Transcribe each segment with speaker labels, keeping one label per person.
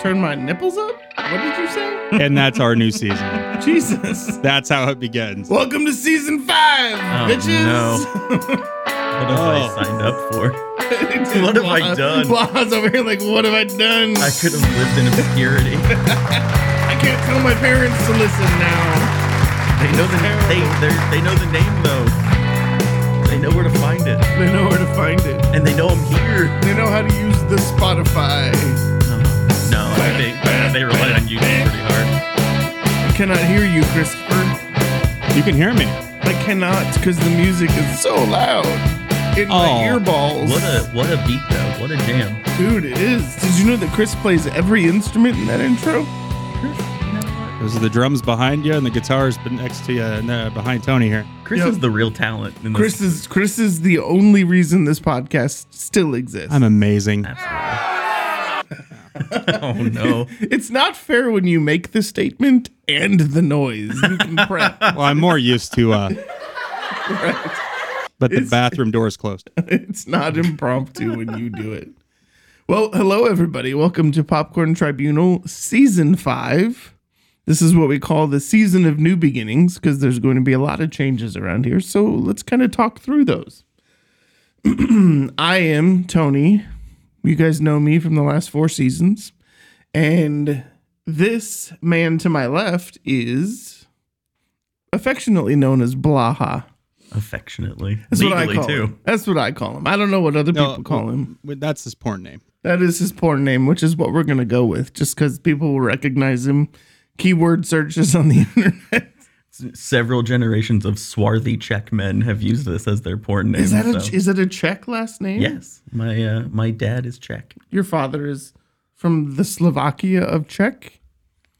Speaker 1: turn my nipples up? What did you say?
Speaker 2: and that's our new season.
Speaker 1: Jesus.
Speaker 2: That's how it begins.
Speaker 1: Welcome to season five,
Speaker 3: Oh,
Speaker 1: bitches.
Speaker 3: What have
Speaker 2: Oh.
Speaker 3: I signed up for? What have I done?
Speaker 1: Blah's over here like, what have I done?
Speaker 3: I could have lived in obscurity.
Speaker 1: I can't tell my parents to listen now.
Speaker 3: They know the they they're- they know the name though. They know where to find it,
Speaker 1: They know where to find it.
Speaker 3: and they know I'm here.
Speaker 1: They know how to use the Spotify.
Speaker 3: Oh, no, I think they rely on YouTube pretty hard.
Speaker 1: I cannot hear you, Christopher.
Speaker 2: You can hear me.
Speaker 1: I cannot because the music is so loud in my
Speaker 2: Aw.
Speaker 1: ear balls.
Speaker 3: What a what a beat though. What a jam.
Speaker 1: dude it is. Did you know that Chris plays every instrument in that intro?
Speaker 2: Those are the drums behind you, and the guitars be- next to you, and, uh, behind Tony here.
Speaker 3: Chris
Speaker 1: Yep.
Speaker 3: is the real talent. In this.
Speaker 1: Chris is Chris is the only reason this podcast still exists.
Speaker 2: I'm amazing.
Speaker 3: Oh no.
Speaker 1: it's not fair when you make the statement and the noise. You can prep.
Speaker 2: Well, I'm more used to. Uh, But the
Speaker 1: It's-
Speaker 2: bathroom door is closed.
Speaker 1: it's not impromptu when you do it. Well, hello everybody. Welcome to Popcorn Tribunal Season 5. This is what we call the season of new beginnings because there's going to be a lot of changes around here. So, let's kind of talk through those. I am Tony. You guys know me from the last four seasons. And this man to my left is affectionately known as Blaha.
Speaker 3: Affectionately.
Speaker 1: That's what I
Speaker 3: Legally
Speaker 1: call
Speaker 3: too.
Speaker 1: him. That's what I call him. I don't know what other
Speaker 2: No,
Speaker 1: people call him.
Speaker 2: w- That's his porn name.
Speaker 1: That is his porn name, which is what we're gonna go with, just because people will recognize him. Keyword searches on the internet.
Speaker 3: Several generations of swarthy Czech men have used this as their porn name.
Speaker 1: Is that a
Speaker 3: so-
Speaker 1: is that a Czech last name?
Speaker 3: yes, my uh, my dad is Czech.
Speaker 1: Your father is from the Slovakia of Czech.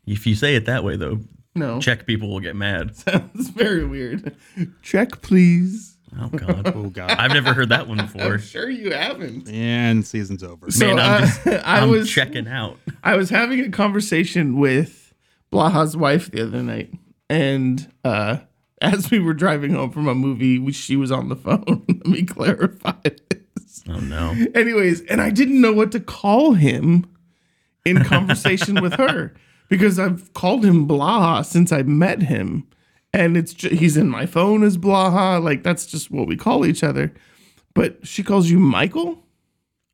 Speaker 3: If you say it that way though,
Speaker 1: No,
Speaker 3: Czech people will get mad.
Speaker 1: That's very weird. Czech, please.
Speaker 3: Oh god.
Speaker 2: Oh God.
Speaker 3: I've never heard that one before.
Speaker 1: Sure, you haven't.
Speaker 2: And season's over.
Speaker 1: So
Speaker 3: Man, I'm
Speaker 1: uh,
Speaker 3: just-
Speaker 1: I
Speaker 3: I'm
Speaker 1: was
Speaker 3: checking out.
Speaker 1: I was having a conversation with Blaha's wife the other night, and uh, as we were driving home from a movie, we- she was on the phone. Let me clarify this.
Speaker 3: Oh no.
Speaker 1: Anyways, and I didn't know what to call him in conversation with her because I've called him Blaha since I met him, and it's ju- he's in my phone as Blaha. Like that's just what we call each other. But she calls you Michael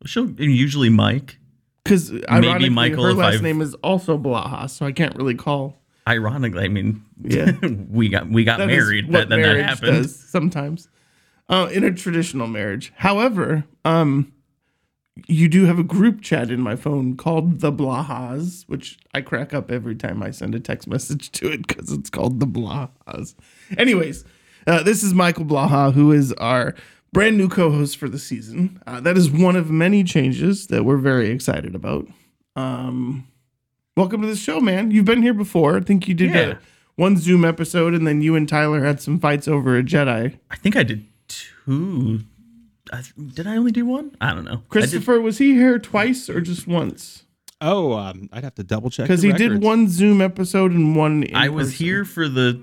Speaker 3: She'll usually Mike.
Speaker 1: because ironically,
Speaker 3: Michael
Speaker 1: her
Speaker 3: if
Speaker 1: last
Speaker 3: I've-
Speaker 1: name is also Blaha, so I can't really call.
Speaker 3: Ironically, I mean,
Speaker 1: Yeah.
Speaker 3: we got we got
Speaker 1: That is
Speaker 3: married.
Speaker 1: what
Speaker 3: That, then that
Speaker 1: marriage
Speaker 3: happened.
Speaker 1: does sometimes uh, in a traditional marriage. However, um, you do have a group chat in my phone called the Blahas, which I crack up every time I send a text message to it because it's called the Blahas. Anyways, uh, this is Michael Blaha, who is our brand new co-host for the season. Uh, that is one of many changes that we're very excited about. Um, welcome to the show, man. You've been here before. I think you did a-
Speaker 3: Yeah.
Speaker 1: one Zoom episode, and then you and Tyler had some fights over a Jedi.
Speaker 3: I think I did two. I, did I only do one? I don't know. I did-
Speaker 1: Christopher, was he here twice or just once?
Speaker 2: Oh, um, I'd have to double check.
Speaker 1: Because
Speaker 2: the
Speaker 1: he did
Speaker 2: records.
Speaker 1: one Zoom episode and one. in
Speaker 3: I was
Speaker 1: person.
Speaker 3: here for the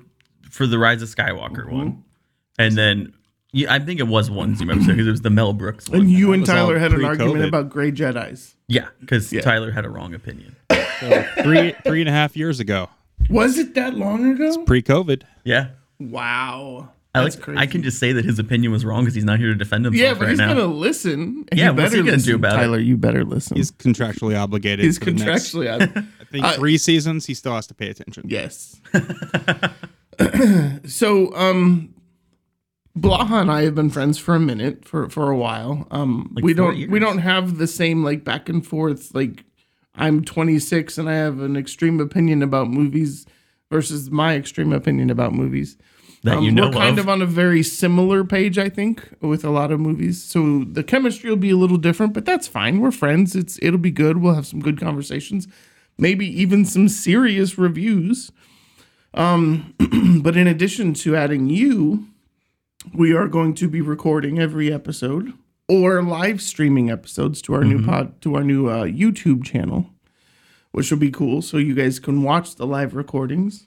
Speaker 3: for the Rise of Skywalker
Speaker 1: Mm-hmm.
Speaker 3: one, and then yeah, I think it was one Zoom episode because it was the Mel Brooks one.
Speaker 1: And you and
Speaker 2: was all
Speaker 1: Tyler had an
Speaker 2: pre-COVID.
Speaker 1: argument about gray Jedi's.
Speaker 3: yeah, because
Speaker 1: Yeah.
Speaker 3: Tyler had a wrong opinion.
Speaker 2: So three three and a half years ago,
Speaker 1: Was it that long ago?
Speaker 2: pre-COVID.
Speaker 3: Yeah.
Speaker 1: wow.
Speaker 3: I, like, I can just say that his opinion was wrong because he's not here to defend himself
Speaker 1: Yeah, but
Speaker 3: right
Speaker 1: he's
Speaker 3: now.
Speaker 1: gonna listen.
Speaker 3: Yeah, what's
Speaker 1: better
Speaker 3: he gonna do
Speaker 1: listen,
Speaker 3: about it?
Speaker 1: Tyler, you better listen.
Speaker 2: He's contractually obligated.
Speaker 1: He's
Speaker 2: for the next,
Speaker 1: contractually. out.
Speaker 2: I think three seasons. He still has to pay attention.
Speaker 1: Yes. so, um, Blaha and I have been friends for a minute, for for a while. Um, we
Speaker 3: four
Speaker 1: don't we
Speaker 3: years.
Speaker 1: don't have the same like back and forth. Like, I'm 26 and I have an extreme opinion about movies versus my extreme opinion about movies.
Speaker 3: That
Speaker 1: Um,
Speaker 3: you know
Speaker 1: we're kind
Speaker 3: of.
Speaker 1: of on a very similar page, I think, with a lot of movies. So the chemistry will be a little different, but that's fine. We're friends. It's it'll be good. We'll have some good conversations, maybe even some serious reviews. Um, but in addition to adding you, we are going to be recording every episode or live streaming episodes to our new
Speaker 3: Mm-hmm.
Speaker 1: pod to our new uh, YouTube channel, which will be cool. So you guys can watch the live recordings.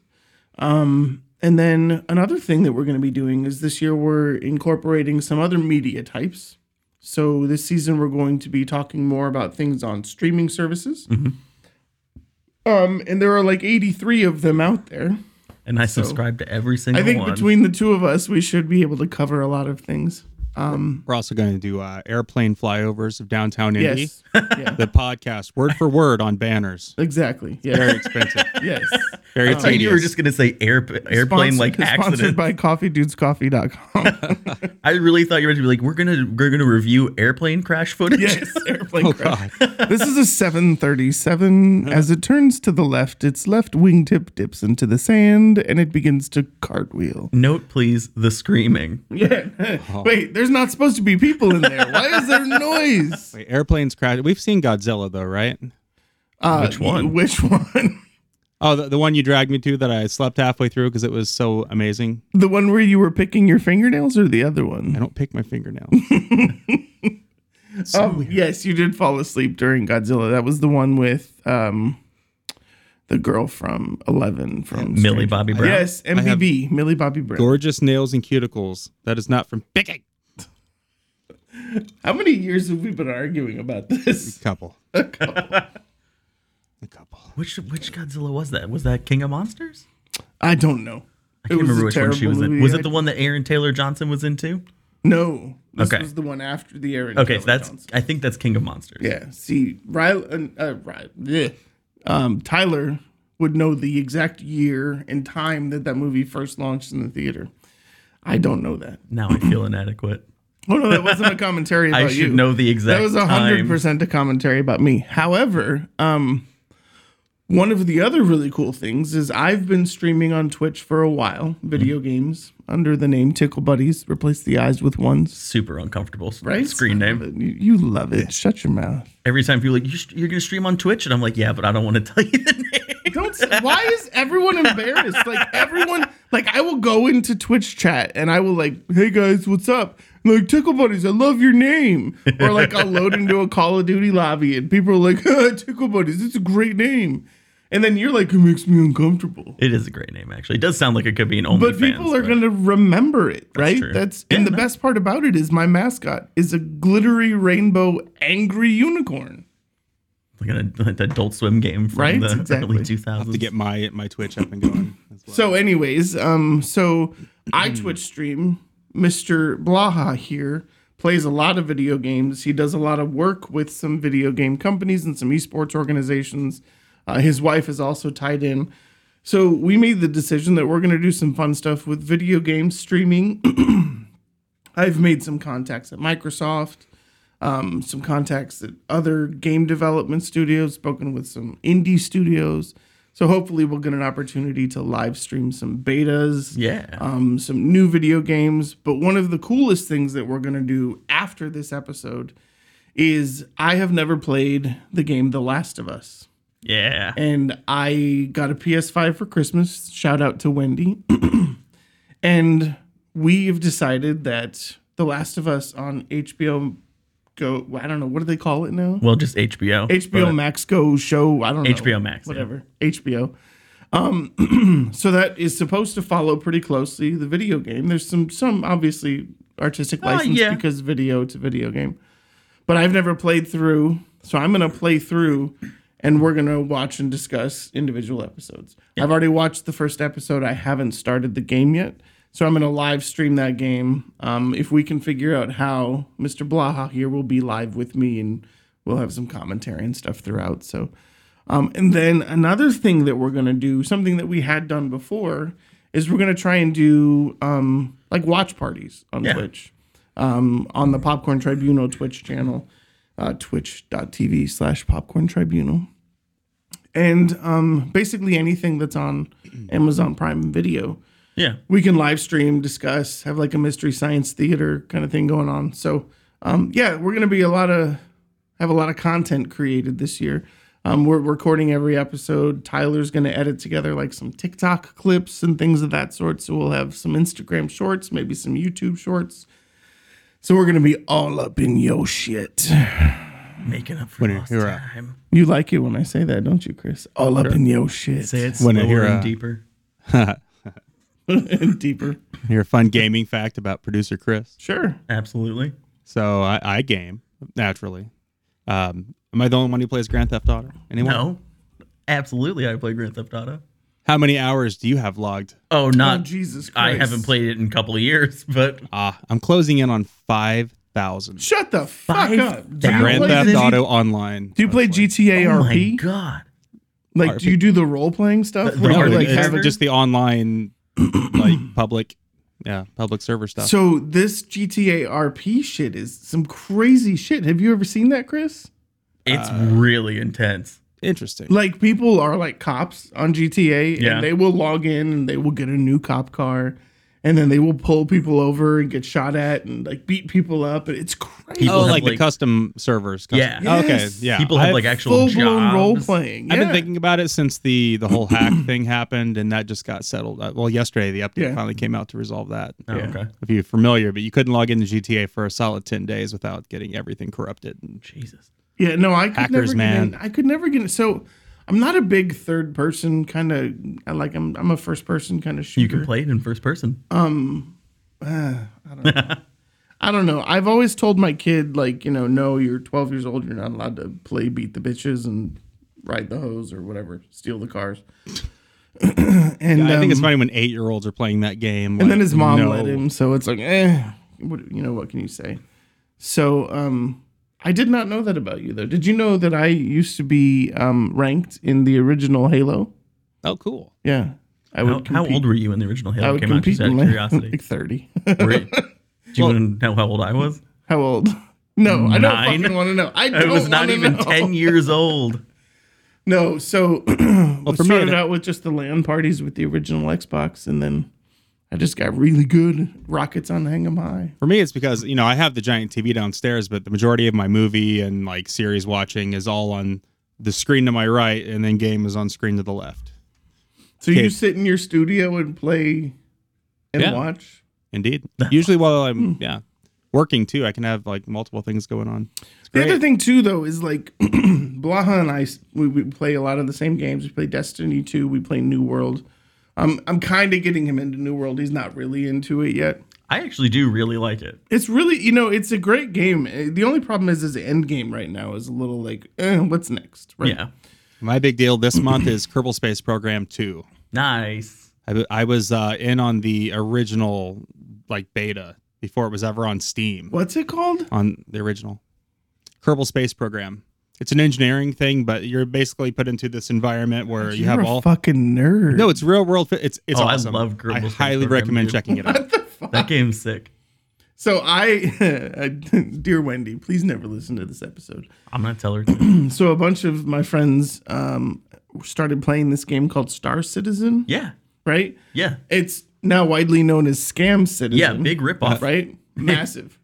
Speaker 1: And then another thing that we're going to be doing is this year we're incorporating some other media types.
Speaker 3: Mm-hmm.
Speaker 1: So this season we're going to be talking more about things on streaming services. Um, and there are like 83 of them out there.
Speaker 3: and I
Speaker 1: So-
Speaker 3: subscribe to every single
Speaker 1: I think
Speaker 3: one.
Speaker 1: between the two of us, we should be able to cover a lot of things. Um,
Speaker 2: We're also going to do uh, airplane flyovers of downtown Indy.
Speaker 1: yes, yeah,
Speaker 2: The podcast, word for word, on banners.
Speaker 1: exactly. Yes,
Speaker 2: Very expensive.
Speaker 1: yes.
Speaker 2: Very
Speaker 3: I thought you were
Speaker 2: tedious.
Speaker 3: just gonna say air, airplane
Speaker 1: Sponsored-
Speaker 3: like
Speaker 1: sponsored
Speaker 3: accident.
Speaker 1: by CoffeeDudesCoffee.com.
Speaker 3: I really thought you were gonna be like, we're gonna we're gonna review airplane crash footage.
Speaker 1: yes, airplane
Speaker 2: Oh,
Speaker 1: crash.
Speaker 2: God.
Speaker 1: This is a 737.
Speaker 3: Uh-huh.
Speaker 1: As it turns to the left, its left wingtip dips into the sand and it begins to cartwheel.
Speaker 3: Note please the screaming.
Speaker 1: Yeah. Wait, there's not supposed to be people in there. Why is there noise?
Speaker 2: Wait, airplanes crash. We've seen Godzilla, though, right?
Speaker 1: Uh,
Speaker 3: Which one?
Speaker 1: Which one?
Speaker 2: Oh, the, the one you dragged me to that I slept halfway through because it was so amazing.
Speaker 1: The one where you were picking your fingernails or the other
Speaker 2: I
Speaker 1: one?
Speaker 2: don't pick my fingernails. so
Speaker 1: Oh, yes, you did fall asleep during Godzilla. That was the one with um, the girl from Eleven from
Speaker 3: Millie
Speaker 1: Stranger-
Speaker 3: Bobby Brown.
Speaker 1: Yes, MBB, Millie Bobby Brown.
Speaker 2: gorgeous nails and cuticles. That is not from Big Egg.
Speaker 1: How many years have we been arguing about this?
Speaker 2: Couple. A couple.
Speaker 3: Which which Godzilla was that? Was that King of Monsters?
Speaker 1: I don't know.
Speaker 3: I can't remember which one she was in. Was it the
Speaker 1: one?
Speaker 3: one that Aaron Taylor Johnson was into?
Speaker 1: No. This
Speaker 3: Okay.
Speaker 1: was the one after the Aaron.
Speaker 3: Okay,
Speaker 1: Taylor
Speaker 3: so that's
Speaker 1: Johnson.
Speaker 3: I think that's King of Monsters.
Speaker 1: Yeah. See, Riley, uh, uh, Ry- bleh. um, Tyler would know the exact year and time that that movie first launched in the theater. I don't know that.
Speaker 3: Now I feel inadequate.
Speaker 1: Oh no, that wasn't a commentary about
Speaker 3: I should
Speaker 1: you.
Speaker 3: know the exact.
Speaker 1: that was a hundred percent a commentary about me. However, um, one of the other really cool things is I've been streaming on Twitch for a while, video
Speaker 3: Mm-hmm.
Speaker 1: games under the name Tickle Buddies. Replace the eyes with ones.
Speaker 3: Super uncomfortable. s-
Speaker 1: Right?
Speaker 3: Screen name.
Speaker 1: You, you love it. Shut your mouth.
Speaker 3: Every time people are like you're, you're gonna stream on Twitch, and I'm like, yeah, but I don't want to tell you the name.
Speaker 1: Don't. s- Why is everyone embarrassed? Like everyone. Like I will go into Twitch chat and I will like, hey guys, what's up? And Like Tickle Buddies, I love your name. Or like I'll load into a Call of Duty lobby and people are like, Tickle Buddies, it's a great name. And then you're like, it makes me uncomfortable.
Speaker 3: It is a great name, actually. It does sound like it could be an OnlyFans.
Speaker 1: But people are gonna remember it, right?
Speaker 3: true.
Speaker 1: That's and the best part about it is my mascot is a glittery rainbow angry unicorn.
Speaker 3: like an like the Adult Swim game from
Speaker 1: Right?
Speaker 3: the
Speaker 1: Exactly.
Speaker 3: early 2000s.
Speaker 2: To get my my Twitch up and going. As well.
Speaker 1: So, anyways, um, so I Twitch stream. Mr. Blaha here plays a lot of video games. He does a lot of work with some video game companies and some esports organizations. Uh, his wife is also tied in. So we made the decision that we're going to do some fun stuff with video game streaming. I've made some contacts at Microsoft, um, some contacts at other game development studios, spoken with some indie studios. So hopefully we'll get an opportunity to live stream some betas,
Speaker 3: Yeah.
Speaker 1: um, some new video games. But one of the coolest things that we're gonna do after this episode is I have never played the game The Last of Us
Speaker 3: yeah.
Speaker 1: and I got a PS5 for Christmas. Shout out to Wendy. and we have decided that The Last of Us on HBO Go, I don't know, what do they call it now?
Speaker 3: Well, just HBO.
Speaker 1: HBO Max Go show, I don't know.
Speaker 3: HBO Max, yeah.
Speaker 1: Whatever. HBO. Um, so that is supposed to follow pretty closely the video game. There's some, some obviously artistic license
Speaker 3: yeah.
Speaker 1: because video to video game but I've never played through. So I'm going to play through and we're going to watch and discuss individual episodes. I've already watched the first episode. I haven't started the game yet. So I'm going to live stream that game. Um, if we can figure out how Mr. Blaha here will be live with me and we'll have some commentary and stuff throughout. So, um, and then another thing that we're going to do, something that we had done before, is we're going to try and do um, like watch parties on
Speaker 3: Yeah.
Speaker 1: Twitch um, on the Popcorn Tribunal Twitch channel, uh, twitch.tv slash popcorn tribunal. And um, basically anything that's on Amazon Prime Video,
Speaker 3: Yeah.
Speaker 1: we can live stream, discuss, have like a mystery science theater kind of thing going on. So, um, yeah, we're going to be a lot of have a lot of content created this year. Um, we're recording every episode. Tyler's going to edit together like some TikTok clips and things of that sort. So we'll have some Instagram shorts, maybe some YouTube shorts. So we're going to be all up in yo shit.
Speaker 3: Making up for
Speaker 2: Winner,
Speaker 3: lost
Speaker 2: you're up.
Speaker 3: time.
Speaker 1: You like it when I say that, don't you, Chris? All up in yo shit.
Speaker 3: Say it
Speaker 2: Winner,
Speaker 3: slower
Speaker 2: you're
Speaker 3: and
Speaker 2: up.
Speaker 3: deeper.
Speaker 1: and deeper.
Speaker 2: Here, a fun gaming fact about producer Chris.
Speaker 1: Sure.
Speaker 3: Absolutely.
Speaker 2: So I, I game naturally. Um, am I the only one who plays Grand Theft Auto? Anyone?
Speaker 3: No. Absolutely, I play Grand Theft Auto.
Speaker 2: How many hours do you have logged?
Speaker 3: Oh, not.
Speaker 1: oh, Jesus
Speaker 3: I
Speaker 1: Christ.
Speaker 3: haven't played it in a couple of years, but
Speaker 2: Ah, I'm closing in on five thousand.
Speaker 1: Shut the fuck
Speaker 3: Five
Speaker 1: up. Do you
Speaker 3: thousand.
Speaker 2: Grand
Speaker 1: play
Speaker 2: Theft
Speaker 1: the-
Speaker 2: Auto Online.
Speaker 1: Do you play GTA
Speaker 3: oh my
Speaker 1: RP?
Speaker 3: god,
Speaker 1: Like, do
Speaker 2: RP.
Speaker 1: you do the role playing stuff?
Speaker 3: The- the
Speaker 1: where
Speaker 2: No,
Speaker 1: you're,
Speaker 3: RP
Speaker 1: like,
Speaker 2: it's
Speaker 1: having-
Speaker 2: just the online, like public, yeah, public server stuff.
Speaker 1: so this GTA RP shit is some crazy shit. Have you ever seen that, Chris?
Speaker 3: it's
Speaker 2: Uh,
Speaker 3: really intense.
Speaker 2: Interesting.
Speaker 1: Like people are like cops on GTA,
Speaker 3: Yeah.
Speaker 1: and they will log in and they will get a new cop car, and then they will pull people over and get shot at and like beat people up. And it's crazy.
Speaker 3: People
Speaker 2: oh,
Speaker 3: have,
Speaker 2: like, the
Speaker 3: like-
Speaker 2: custom servers. Custom.
Speaker 3: Yeah.
Speaker 2: Okay.
Speaker 1: Yes.
Speaker 2: Yeah.
Speaker 3: People have
Speaker 2: I've-
Speaker 3: like actual
Speaker 1: Full blown
Speaker 3: jobs.
Speaker 1: role playing.
Speaker 2: I've been
Speaker 1: yeah.
Speaker 2: thinking about it since the the whole hack thing happened, and that just got settled. Uh, Well, yesterday the update
Speaker 1: Yeah.
Speaker 2: finally came out to resolve that.
Speaker 3: Oh,
Speaker 1: Yeah.
Speaker 3: Okay,
Speaker 2: If you're familiar, but you couldn't log into GTA for a solid ten days without getting everything corrupted. And
Speaker 3: Jesus.
Speaker 1: Yeah, no, I could never
Speaker 2: Hackers,
Speaker 1: get
Speaker 2: man.
Speaker 1: in. I could never get in. So I'm not a big third person kind of I like I'm I'm a first person kind of shooter.
Speaker 3: You can play it in first person.
Speaker 1: I don't know. I've always told my kid like, you know, no, you're 12 years old, you're not allowed to play beat the bitches and ride the hose or whatever, steal the cars. and
Speaker 2: I think it's
Speaker 1: um,
Speaker 2: funny when eight year olds are playing that game.
Speaker 1: and
Speaker 2: like,
Speaker 1: then his mom
Speaker 2: no.
Speaker 1: let him so it's like eh what, you know what can you say so um i did not know that about you though did you know that i used to be um ranked in the original halo
Speaker 2: Oh, cool.
Speaker 1: yeah i
Speaker 3: How,
Speaker 1: would
Speaker 3: how
Speaker 1: compete-
Speaker 3: old were you when the original
Speaker 1: i
Speaker 3: Halo
Speaker 1: would
Speaker 3: came out?
Speaker 1: compete
Speaker 3: Just out
Speaker 1: in
Speaker 3: of
Speaker 1: like,
Speaker 3: curiosity.
Speaker 1: like 30
Speaker 3: Were you- do you want to know how old I was?
Speaker 1: how old no i don't
Speaker 3: Nine?
Speaker 1: fucking want to know i
Speaker 3: I
Speaker 1: don't
Speaker 3: was not even ten
Speaker 1: years
Speaker 3: years old.
Speaker 1: no so
Speaker 2: Well,
Speaker 1: we
Speaker 2: for me,
Speaker 1: started
Speaker 2: it-
Speaker 1: out with just the land parties with the original xbox and then i just got really good rockets on hang 'em high
Speaker 2: For me, it's because you know I have the giant TV downstairs, but the majority of my movie and like series watching is all on the screen to my right, and then game is on screen to the left.
Speaker 1: so
Speaker 2: Okay.
Speaker 1: you sit in your studio and play and
Speaker 2: Yeah.
Speaker 1: watch
Speaker 2: Indeed. Usually, while I'm
Speaker 1: Hmm.
Speaker 2: yeah working too, I can have like multiple things going on. It's
Speaker 1: The
Speaker 2: great.
Speaker 1: other thing too, though, is like Blaha and I, we, we play a lot of the same games. We play Destiny two. We play New World. Um, I'm kind of getting him into New World. He's not really into it yet.
Speaker 3: I actually do really like it.
Speaker 1: It's really, you know, it's a great game. Uh, The only problem is, is the end game right now is a little like, eh, what's next? Right?
Speaker 3: Yeah.
Speaker 2: My big deal this month is Kerbal Space Program Two.
Speaker 3: Nice.
Speaker 2: I, w- I was uh, in on the original like beta before it was ever on Steam.
Speaker 1: What's it called?
Speaker 2: on the original Kerbal Space Program. It's an engineering thing, but you're basically put into this environment where you
Speaker 1: You're
Speaker 2: have
Speaker 1: a
Speaker 2: all.
Speaker 1: fucking nerd.
Speaker 2: No, it's real world. fi- It's it's
Speaker 3: Oh, I
Speaker 2: awesome.
Speaker 3: love Kerbal
Speaker 2: I
Speaker 3: Space
Speaker 2: highly
Speaker 3: Program,
Speaker 2: recommend
Speaker 3: dude.
Speaker 2: checking it out.
Speaker 1: what the fuck?
Speaker 3: That game's sick.
Speaker 1: So I, dear Wendy, please never listen to this episode.
Speaker 3: I'm gonna tell her. to.
Speaker 1: So a bunch of my friends um, started playing this game called Star Citizen.
Speaker 3: yeah.
Speaker 1: Right.
Speaker 3: Yeah.
Speaker 1: It's now widely known as Scam Citizen.
Speaker 3: Yeah. Big ripoff.
Speaker 1: Right? Massive.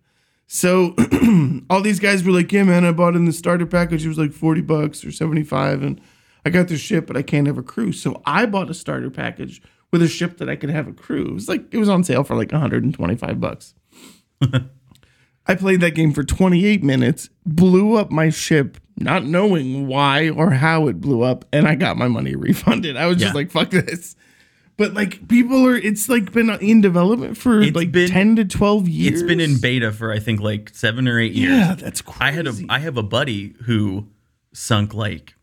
Speaker 1: So all these guys were like, yeah, man, I bought in the starter package. It was like 40 bucks or 75. And I got this ship, but I can't have a crew. So I bought a starter package with a ship that I could have a crew. It was like, it was on sale for like 125 bucks. I played that game for 28 minutes, blew up my ship, not knowing why or how it blew up, and I got my money refunded. I was
Speaker 3: Yeah.
Speaker 1: just like, fuck this. But like people are, it's like been in development for
Speaker 3: It's
Speaker 1: like
Speaker 3: been-
Speaker 1: ten to twelve years.
Speaker 3: It's been in beta for I think like seven or eight years.
Speaker 1: Yeah, that's crazy.
Speaker 3: I had a I have a buddy who sunk like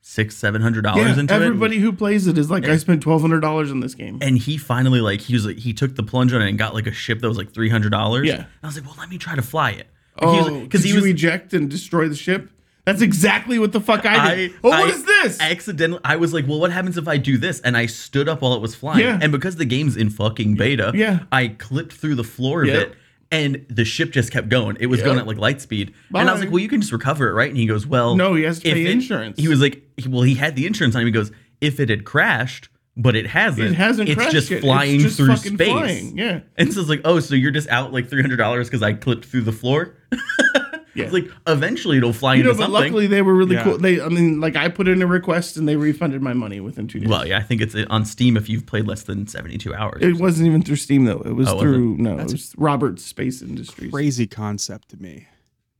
Speaker 3: six seven hundred dollars
Speaker 1: yeah,
Speaker 3: into
Speaker 1: everybody
Speaker 3: it,
Speaker 1: who plays it is like, I spent twelve hundred dollars on this game.
Speaker 3: and he finally like he was like he took the plunge on it and got like a ship that was like three hundred dollars.
Speaker 1: Yeah.
Speaker 3: and I was like, well, let me try to fly it. Like, he was-
Speaker 1: Oh, because
Speaker 3: he
Speaker 1: you
Speaker 3: was
Speaker 1: eject and destroy the ship. That's exactly what the fuck I did. oh,
Speaker 3: I
Speaker 1: what is this?
Speaker 3: Accidentally, I was like, "Well, what happens if I do this?" And I stood up while it was flying,
Speaker 1: Yeah.
Speaker 3: and because the game's in fucking beta,
Speaker 1: Yeah.
Speaker 3: I clipped through the floor of
Speaker 1: Yep.
Speaker 3: it, and the ship just kept going. It was going
Speaker 1: Yep.
Speaker 3: at like light speed, and I was
Speaker 1: Bye.
Speaker 3: like, "Well, you can just recover it, right?" And he goes, "Well,
Speaker 1: No, he has to
Speaker 3: if
Speaker 1: pay
Speaker 3: it-
Speaker 1: insurance.
Speaker 3: He was like, he- "Well, he had the insurance on him." He goes, "If it had crashed." But it hasn't.
Speaker 1: it hasn't
Speaker 3: It's
Speaker 1: crashed
Speaker 3: just
Speaker 1: yet. It's
Speaker 3: flying
Speaker 1: just
Speaker 3: through
Speaker 1: fucking
Speaker 3: space.
Speaker 1: flying. Yeah.
Speaker 3: And so it's like, oh, so you're just out like three hundred dollars because I clipped through the floor.
Speaker 1: Yeah.
Speaker 3: It's like eventually it'll fly
Speaker 1: You
Speaker 3: into
Speaker 1: know, but
Speaker 3: something.
Speaker 1: luckily they were really
Speaker 2: Yeah.
Speaker 1: cool. They, I mean, like I put in a request and they refunded my money within two days.
Speaker 3: Well, yeah, I think it's on Steam if you've played less than 72 hours.
Speaker 1: It wasn't even through Steam though. It was
Speaker 3: Oh, was it?
Speaker 1: through no. it was Robert Space Industries.
Speaker 2: Crazy concept to me.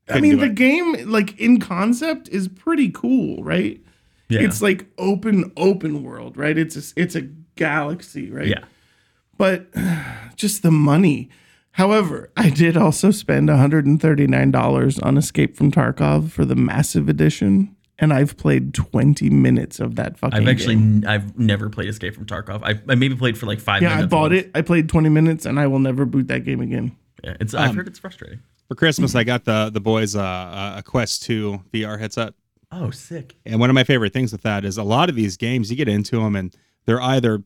Speaker 1: I mean, the game like in concept is pretty cool, right?
Speaker 3: yeah.
Speaker 1: It's like open open world, right? It's a, it's a galaxy, right?
Speaker 3: yeah.
Speaker 1: But just the money. However, I did also spend $139 on Escape from Tarkov for the massive edition. and I've played 20 minutes of that fucking
Speaker 3: I've actually
Speaker 1: game.
Speaker 3: I've never played Escape from Tarkov. I, I maybe played for like five
Speaker 1: Yeah,
Speaker 3: minutes.
Speaker 1: I bought
Speaker 3: once.
Speaker 1: it. I played 20 minutes and I will never boot that game again.
Speaker 3: Yeah, it's I've
Speaker 2: Um,
Speaker 3: heard it's frustrating.
Speaker 2: For Christmas,
Speaker 3: Mm-hmm.
Speaker 2: I got the the boys uh, uh, a Quest 2 VR headset.
Speaker 3: Oh, sick.
Speaker 2: And one of my favorite things with that is a lot of these games, you get into them and they're either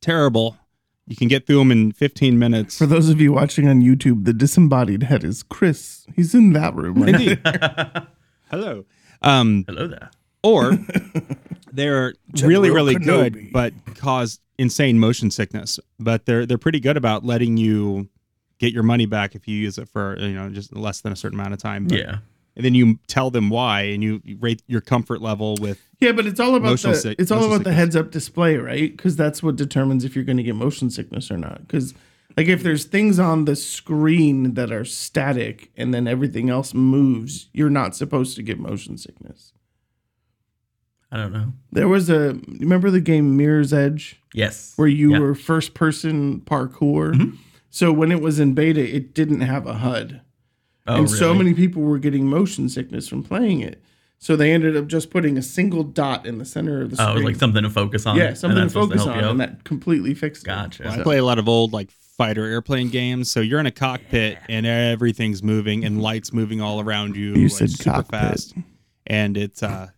Speaker 2: terrible, you can get through them in 15 minutes.
Speaker 1: For those of you watching on YouTube, the disembodied head is Chris. He's in that room. Right?
Speaker 2: Indeed. Hello. Um,
Speaker 3: Hello there.
Speaker 2: or they're
Speaker 1: General
Speaker 2: really really
Speaker 1: Kenobi.
Speaker 2: good but cause insane motion sickness but they're they're pretty good about letting you get your money back if you use it for you know just less than a certain amount of time But-
Speaker 3: Yeah.
Speaker 2: and then you tell them why and you rate your comfort level with
Speaker 1: Yeah, but it's all about
Speaker 2: Motion
Speaker 1: the,
Speaker 2: sick-
Speaker 1: it's all
Speaker 2: motion
Speaker 1: about the
Speaker 2: sickness.
Speaker 1: heads up display, right? Because that's what determines if you're going to get motion sickness or not. Because like if there's things on the screen that are static and then everything else moves, you're not supposed to get motion sickness.
Speaker 3: I don't know.
Speaker 1: There was a remember the game Mirror's Edge
Speaker 3: Yes.
Speaker 1: where you
Speaker 3: Yeah. Mm-hmm.
Speaker 1: were first person parkour. So when it was in beta, it didn't have a HUD.
Speaker 3: oh,
Speaker 1: and so
Speaker 3: really?
Speaker 1: many people were getting motion sickness from playing it. So they ended up just putting a single dot in the center of the
Speaker 3: Oh, it
Speaker 1: screen.
Speaker 3: was like something to focus on.
Speaker 1: yeah,
Speaker 3: and
Speaker 1: something to
Speaker 3: that's supposed
Speaker 1: focus
Speaker 3: help
Speaker 1: on,
Speaker 3: you
Speaker 1: and
Speaker 3: out?
Speaker 1: that completely fixed it.
Speaker 3: Gotcha.
Speaker 2: i play a lot of old like fighter airplane games so you're in a cockpit and everything's moving and lights moving all around you,
Speaker 1: You
Speaker 2: like,
Speaker 1: said
Speaker 2: super
Speaker 1: cockpit.
Speaker 2: fast and it's uh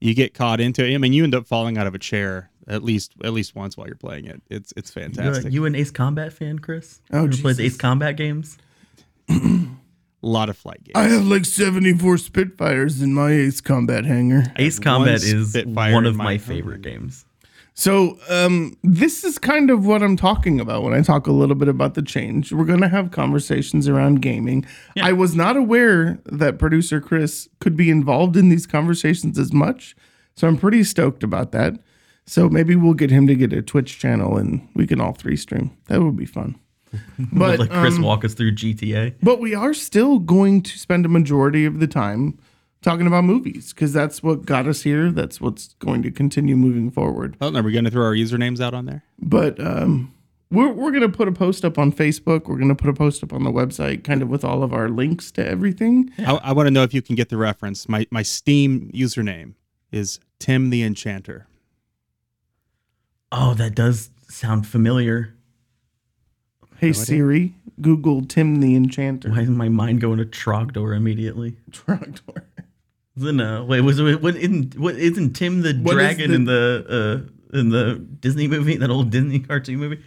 Speaker 2: you get caught into it i mean you end up falling out of a chair at least at least once while you're playing it it's it's
Speaker 3: You, a-
Speaker 2: fantastic
Speaker 3: you an Ace Combat fan, Chris?
Speaker 1: Oh,
Speaker 3: Who plays
Speaker 1: Jesus.
Speaker 3: Ace Combat games?
Speaker 2: a lot of flight games
Speaker 1: I have like seventy-four Spitfires in my Ace Combat hangar.
Speaker 3: Ace Combat is
Speaker 2: Spitfire
Speaker 3: one
Speaker 2: in
Speaker 3: of
Speaker 2: my
Speaker 3: my,
Speaker 2: home.
Speaker 3: favorite games.
Speaker 1: So, um, this is kind of what I'm talking about when I talk a little bit about the change. We're going to have conversations around gaming. I was not aware that producer Chris could be involved in these conversations as much. So, I'm pretty stoked about that. So, maybe we'll get him to get a Twitch channel and we can all three stream. That would be fun. But,
Speaker 3: Let Chris
Speaker 1: um,
Speaker 3: walk us through GTA.
Speaker 1: but we are still going to spend a majority of the time talking about movies because that's what got us here. That's what's going to continue moving forward.
Speaker 2: oh no we're gonna throw our usernames out on there
Speaker 1: but um, we're we're gonna put a post up on Facebook. We're gonna put a post up on the website, kind of with all of our links to everything.
Speaker 2: i, I want to know if you can get the reference my my steam username is tim the enchanter
Speaker 3: Oh, that does sound familiar.
Speaker 1: Hey Siri, Google Tim the Enchanter.
Speaker 3: Why is my mind going to Trogdor immediately?
Speaker 1: Trogdor.
Speaker 3: No, wait, was it what isn't what isn't Tim the
Speaker 1: What is
Speaker 3: dragon
Speaker 1: the-
Speaker 3: in the uh in the Disney movie, that old Disney cartoon movie?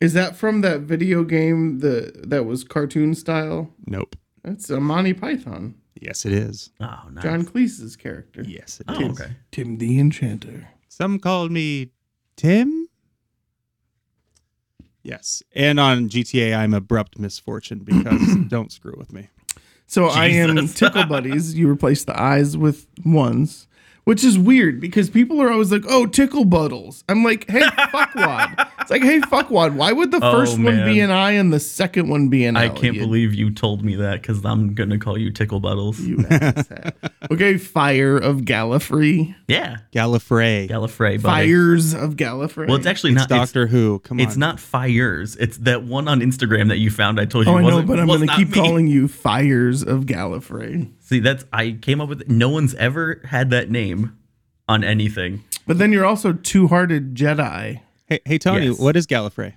Speaker 1: Is that from that video game the that was cartoon style?
Speaker 2: nope
Speaker 1: That's a Monty Python,
Speaker 2: yes it is
Speaker 3: Oh, nice.
Speaker 1: John Cleese's character.
Speaker 2: yes it is.
Speaker 3: oh, okay.
Speaker 1: Tim the Enchanter.
Speaker 2: Some called me Tim. Yes. And on GTA, I'm abrupt misfortune because don't screw with me.
Speaker 1: So I am Tickle Buddies. You replace the I's with ones, which is weird because people are always like, "Oh, Tickle Buddles." I'm like, "Hey, fuckwad." It's like, "Hey, fuckwad." Why would the
Speaker 3: Oh,
Speaker 1: first one be an
Speaker 3: man.
Speaker 1: I and the second one be an
Speaker 3: I
Speaker 1: L,
Speaker 3: can't
Speaker 1: you-
Speaker 3: believe you told me that because I'm gonna call you Tickle Buttles.
Speaker 1: you asshat. okay, fire of Gallifrey,
Speaker 3: yeah,
Speaker 2: Gallifrey.
Speaker 3: Gallifrey. Buddy.
Speaker 1: fires of Gallifrey.
Speaker 3: Well, it's actually
Speaker 2: it's
Speaker 3: not. It's,
Speaker 2: Doctor Who. Come on.
Speaker 3: it's not fires. It's that one on Instagram that you found. I told you.
Speaker 1: Oh, I know,
Speaker 3: wasn't-
Speaker 1: but I'm
Speaker 3: was
Speaker 1: going to
Speaker 3: not
Speaker 1: keep
Speaker 3: me.
Speaker 1: calling you Fires of Gallifrey.
Speaker 3: See, that's I came up with. it. No one's ever had that name on anything.
Speaker 1: But then you're also Two Hearted Jedi.
Speaker 2: Hey, hey Tony,
Speaker 3: Yes.
Speaker 2: what is Gallifrey?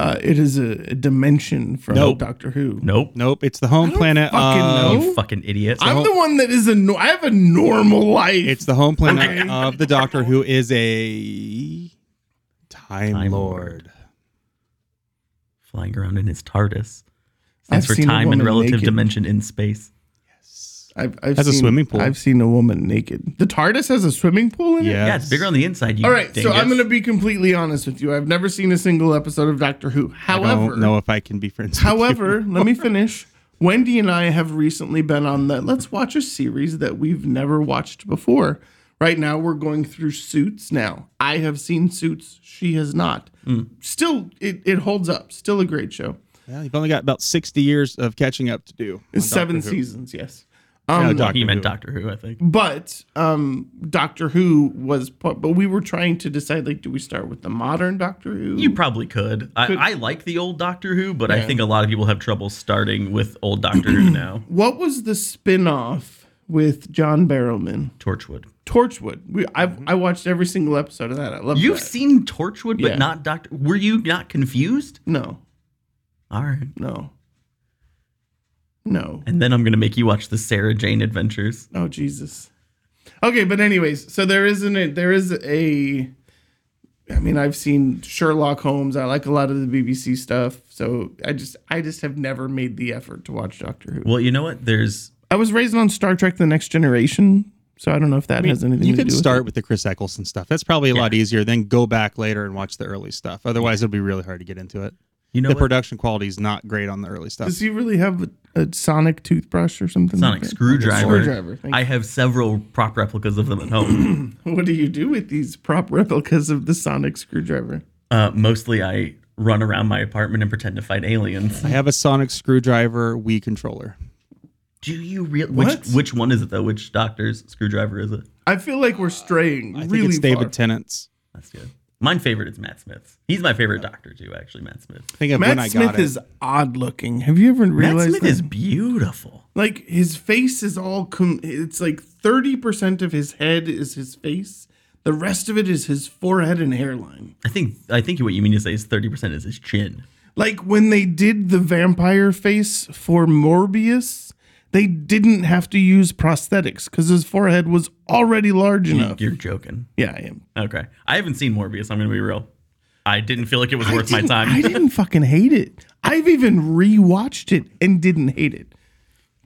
Speaker 1: Uh, it is a, a dimension from
Speaker 2: Nope.
Speaker 1: Doctor Who.
Speaker 3: Nope.
Speaker 2: Nope. It's the home
Speaker 1: don't
Speaker 2: planet
Speaker 1: fucking
Speaker 2: of.
Speaker 1: know.
Speaker 3: You fucking idiot.
Speaker 1: I'm the one that is a. No- I have a normal life.
Speaker 2: It's the home planet
Speaker 1: Okay.
Speaker 2: of the Doctor Who is a Time,
Speaker 3: Time
Speaker 2: Lord.
Speaker 3: flying around in his TARDIS.
Speaker 1: I've
Speaker 3: Stands for
Speaker 1: seen a
Speaker 3: time and
Speaker 1: woman
Speaker 3: relative
Speaker 1: naked.
Speaker 3: dimension in space.
Speaker 1: I've, I've
Speaker 2: Has a
Speaker 1: seen,
Speaker 2: swimming pool.
Speaker 1: I've seen a woman naked. The TARDIS has a swimming pool in it.
Speaker 2: Yes.
Speaker 3: Yeah, it's bigger on the inside. You
Speaker 1: All right, so I'm
Speaker 3: dingus.
Speaker 1: going to be completely honest with you. I've never seen a single episode of Doctor Who.
Speaker 2: I don't
Speaker 1: However,
Speaker 2: know if I can be friends. with you.
Speaker 1: however, let me finish. Wendy and I have recently been on the let's watch a series that we've never watched before. Right now, we're going through Suits. Now, I have seen Suits. She has not.
Speaker 2: Hmm.
Speaker 1: Still, it, it holds up. Still a great show.
Speaker 2: Well, you've only got about 60 years of catching up to do. on Doctor
Speaker 1: It's seven
Speaker 2: Who.
Speaker 1: seasons. Yes.
Speaker 2: No,
Speaker 1: Um,
Speaker 2: Doctor
Speaker 3: He meant
Speaker 2: Who.
Speaker 3: Doctor Who, I think.
Speaker 1: but um doctor who was put but we were trying to decide like do we start with the modern doctor who
Speaker 3: You probably could. I, I like the old Doctor Who, but I think a lot of people have trouble starting with old Doctor Who now.
Speaker 1: what was the spin-off with John Barrowman.
Speaker 3: Torchwood.
Speaker 1: Torchwood. We, I've, I watched every single episode of that. I love
Speaker 3: Mm-hmm. You've
Speaker 1: that.
Speaker 3: seen Torchwood, but
Speaker 1: Yeah.
Speaker 3: not Doctor. Were you not confused?
Speaker 1: No,
Speaker 3: All right.
Speaker 1: no, no.
Speaker 3: And then I'm gonna make you watch the Sarah Jane Adventures.
Speaker 1: Oh Jesus. Okay, but anyways, so there isn't a, there is a. I mean, I've seen Sherlock Holmes. I like a lot of the BBC stuff. So I just I just have never made the effort to watch Doctor Who.
Speaker 3: Well, you know what? There's
Speaker 1: I was raised on Star Trek: The Next Generation, so I don't know if that has anything
Speaker 2: You
Speaker 1: to
Speaker 2: can
Speaker 1: do
Speaker 2: start with the Chris Eccleston stuff. That's probably a lot easier. Then go back later and watch the early stuff. Otherwise, it'll be really hard to get into it.
Speaker 3: you know
Speaker 2: the
Speaker 3: what?
Speaker 2: production quality is not great on the early
Speaker 1: with it.
Speaker 2: stuff.
Speaker 1: Does he really have a, a sonic toothbrush or something?
Speaker 3: Sonic
Speaker 1: like that?
Speaker 3: screwdriver.
Speaker 1: Screwdriver, thank
Speaker 3: I have several prop replicas of them at home.
Speaker 1: What do you do with these prop replicas of the sonic screwdriver?
Speaker 3: uh, mostly, I run around my apartment and pretend to fight aliens.
Speaker 2: I have a sonic screwdriver Wii controller.
Speaker 3: Do you really?
Speaker 1: What?
Speaker 3: Which which one is it though? Which doctor's screwdriver is it?
Speaker 1: I feel like we're straying
Speaker 2: I think
Speaker 1: really
Speaker 2: it's David
Speaker 1: far.
Speaker 2: Tennant's.
Speaker 3: That's good. My favorite is Matt Smith's. He's my favorite doctor too, actually. Matt Smith.
Speaker 2: I think of when I
Speaker 1: Matt
Speaker 2: got
Speaker 1: Smith
Speaker 2: it.
Speaker 1: is odd looking. Have you ever
Speaker 3: Matt
Speaker 1: realized
Speaker 3: Smith
Speaker 1: that?
Speaker 3: is beautiful.
Speaker 1: like his face is all com- it's like 30% of his head is his face. The rest of it is his forehead and hairline.
Speaker 3: I think I think what you mean to say is thirty percent is his chin.
Speaker 1: Like when they did the vampire face for Morbius, they didn't have to use prosthetics cuz his forehead was already
Speaker 3: Mm.
Speaker 1: large enough.
Speaker 3: You're joking.
Speaker 1: Yeah, I am.
Speaker 3: Okay. I haven't seen Morbius. I'm gonna be real. I didn't feel like it was
Speaker 1: I
Speaker 3: worth my
Speaker 1: didn't- I
Speaker 3: time.
Speaker 1: didn't fucking hate it. I've even rewatched it and didn't hate it.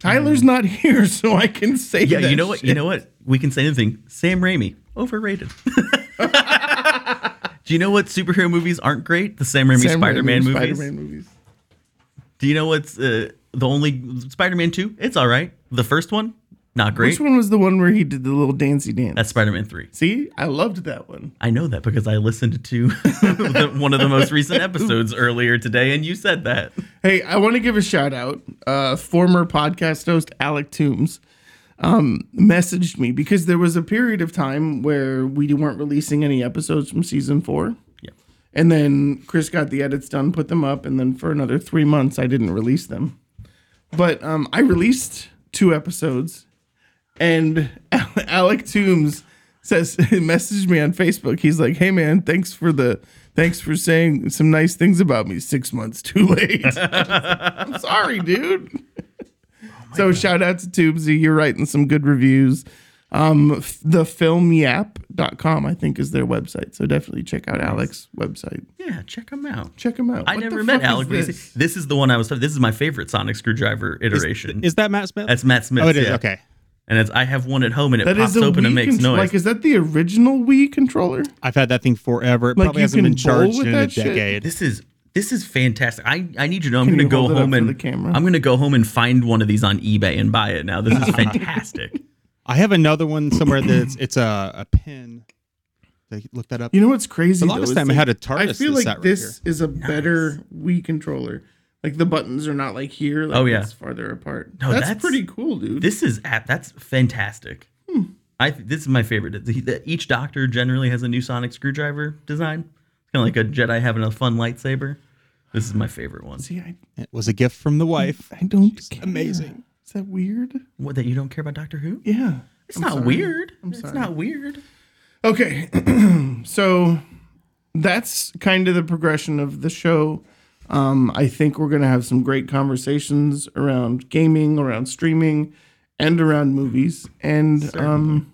Speaker 1: Tyler's not here, so I can say
Speaker 3: Mm. Yeah,
Speaker 1: that
Speaker 3: you know what? You know what? We can say anything. Sam Raimi, overrated. Do you know what superhero movies aren't great? The Sam Raimi
Speaker 1: Sam
Speaker 3: Spider-Man
Speaker 1: Raimi's
Speaker 3: movies.
Speaker 1: Spider-Man movies.
Speaker 3: Do you know what's uh, the only Spider-Man two? It's all right. The first one, not great.
Speaker 1: Which one was the one where he did the little dancey dance?
Speaker 3: That's Spider-Man three.
Speaker 1: See, I loved that one.
Speaker 3: I know that because I listened to the, one of the most recent episodes earlier today, and you said that.
Speaker 1: Hey, I want to give a shout out. Uh, former podcast host Alec Toombs um, messaged me because there was a period of time where we weren't releasing any episodes from season four.
Speaker 3: Yeah.
Speaker 1: And then Chris got the edits done, put them up, and then for another three months, I didn't release them. But um, I released two episodes, and Alec Toombs says messaged me on Facebook. He's like, "Hey man, thanks for the thanks for saying some nice things about me. Six months too late. I'm sorry, dude." so shout out to Tubesy. You're writing some good reviews. Um, f- thefilmyap.com, I think, is their website. So definitely check out Alec's website.
Speaker 3: Yeah, check them out.
Speaker 1: Check him out.
Speaker 3: I
Speaker 1: What the
Speaker 3: never met
Speaker 1: fuck is
Speaker 3: Alec. This?
Speaker 1: this?
Speaker 3: this is the one I was. This is my favorite Sonic Screwdriver iteration.
Speaker 2: Is that Matt Smith?
Speaker 3: That's Matt Smith.
Speaker 2: oh, it is.
Speaker 3: yeah.
Speaker 2: Okay.
Speaker 3: And it's I have one at home, and it
Speaker 1: That
Speaker 3: pops
Speaker 1: is a
Speaker 3: open
Speaker 1: Wii
Speaker 3: and makes
Speaker 1: contr-
Speaker 3: noise.
Speaker 1: Like, is that the original Wii controller?
Speaker 2: I've had that thing forever. It
Speaker 1: Like,
Speaker 2: probably
Speaker 1: you
Speaker 2: hasn't
Speaker 1: can
Speaker 2: been charged
Speaker 1: bowl with
Speaker 2: in a
Speaker 1: that shit?
Speaker 2: decade.
Speaker 3: this is this is fantastic. I, I need you to know. I'm
Speaker 1: Can
Speaker 3: going to
Speaker 1: you
Speaker 3: go
Speaker 1: hold it up
Speaker 3: home
Speaker 1: for
Speaker 3: and
Speaker 1: the camera?
Speaker 3: I'm going to go home and find one of these on eBay and buy it now. This is fantastic.
Speaker 2: I have another one somewhere that's it's a, a pin. Did I Look that up.
Speaker 1: You know what's crazy?
Speaker 2: The longest
Speaker 1: though, is
Speaker 2: time I
Speaker 1: that
Speaker 2: had a TARDIS
Speaker 1: I feel
Speaker 2: that
Speaker 1: like
Speaker 2: sat right
Speaker 1: this is a better Wii controller. Like the buttons are not like here. Like
Speaker 3: Oh, yeah.
Speaker 1: it's farther apart.
Speaker 3: No,
Speaker 1: that's,
Speaker 3: that's-
Speaker 1: pretty cool, dude.
Speaker 3: This is app. That's fantastic.
Speaker 1: Hmm.
Speaker 3: I th- this is my favorite. The- the- each doctor generally has a new sonic screwdriver design. It's kind of like a Jedi having a fun lightsaber. This is my favorite one.
Speaker 1: See, I,
Speaker 2: It was a gift from the wife.
Speaker 1: I don't. care.
Speaker 2: amazing.
Speaker 1: Is that weird?
Speaker 3: What that you don't care about Doctor Who?
Speaker 1: Yeah.
Speaker 3: It's not weird. It's not weird.
Speaker 1: Okay. so that's kind of the progression of the show. Um, I think we're going to have some great conversations around gaming, around streaming, and around movies. And um,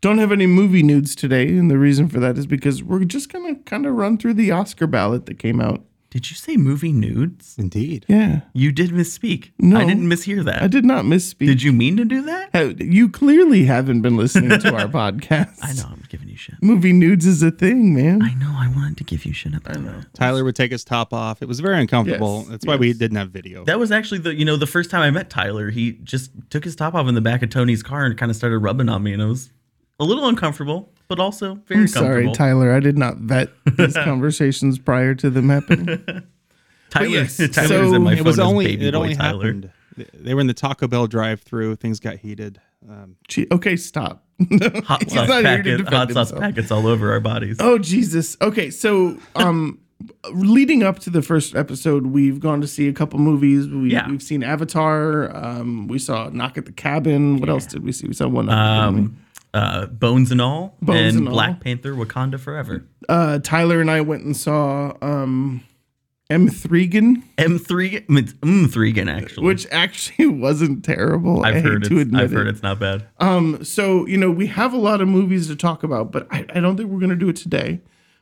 Speaker 1: don't have any movie nudes today. And the reason for that is because we're just going to kind of run through the Oscar ballot that came out.
Speaker 3: Did you say movie nudes?
Speaker 2: Indeed.
Speaker 1: Yeah.
Speaker 3: You did misspeak.
Speaker 1: No.
Speaker 3: I didn't mishear that.
Speaker 1: I did not misspeak.
Speaker 3: Did you mean to do that?
Speaker 1: How- you clearly haven't been listening to our podcast.
Speaker 3: I know I'm giving you shit.
Speaker 1: Movie nudes is a thing, man.
Speaker 3: I know I wanted to give you shit about that.
Speaker 2: Tyler would take his top off. It was very uncomfortable.
Speaker 1: Yes,
Speaker 2: That's why we didn't have video.
Speaker 3: That was actually the you know the first time I met Tyler. He just took his top off in the back of Tony's car and kind of started rubbing on me, and it was a little uncomfortable, but also very
Speaker 1: I'm sorry,
Speaker 3: comfortable.
Speaker 1: Tyler. I did not vet these conversations prior to them happening.
Speaker 3: Tyler,
Speaker 1: yes,
Speaker 3: Tyler
Speaker 1: so
Speaker 3: is in my
Speaker 1: it
Speaker 3: phone
Speaker 2: it was
Speaker 3: as
Speaker 2: only
Speaker 3: baby
Speaker 2: it
Speaker 3: boy
Speaker 2: only
Speaker 3: Tyler.
Speaker 2: happened. They- They were in the Taco Bell drive-through. Things got heated. Um,
Speaker 1: Gee, okay, stop.
Speaker 3: Hot sauce
Speaker 1: not here to
Speaker 3: packet,
Speaker 1: defend
Speaker 3: hot sauce
Speaker 1: himself.
Speaker 3: packets all over our bodies.
Speaker 1: Oh Jesus. Okay, so um, leading up to the first episode, we've gone to see a couple movies. We,
Speaker 3: Yeah.
Speaker 1: We've seen Avatar. Um, we saw Knock at the Cabin. What else did we see? We saw one. other, didn't we?
Speaker 3: Um, uh, Bones and All
Speaker 1: Bones
Speaker 3: and,
Speaker 1: and All.
Speaker 3: Black Panther Wakanda Forever.
Speaker 1: Uh, Tyler and I went and saw um, M. Thregan,
Speaker 3: M3, it's M3 actually.
Speaker 1: which actually wasn't terrible. I
Speaker 3: I've
Speaker 1: hate
Speaker 3: heard,
Speaker 1: to
Speaker 3: it's,
Speaker 1: admit
Speaker 3: I've
Speaker 1: it.
Speaker 3: heard it's not bad.
Speaker 1: Um, so you know, we have a lot of movies to talk about, but I, I don't think we're gonna do it today.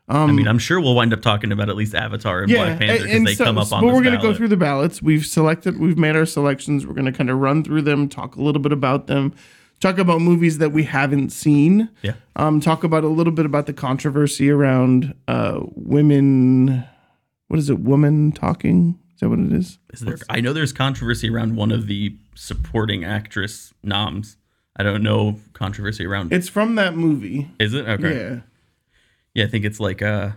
Speaker 3: I
Speaker 1: Um,
Speaker 3: mean, I'm sure we'll wind up talking about at least Avatar and Black Panther because they come up on
Speaker 1: but
Speaker 3: this
Speaker 1: we're gonna go
Speaker 3: ballot.
Speaker 1: through the ballots. We've selected, we've made our selections. We're gonna kind of run through them, talk a little bit about them, talk about movies that we haven't seen.
Speaker 3: Yeah.
Speaker 1: Um, talk about a little bit about the controversy around uh women. What is it? Woman talking? Is that what it is?
Speaker 3: Is there, I know there's controversy around one of the supporting actress noms. I don't know controversy around.
Speaker 1: It's from that movie.
Speaker 3: Is it okay? Yeah.
Speaker 1: Yeah.
Speaker 3: I think it's like uh,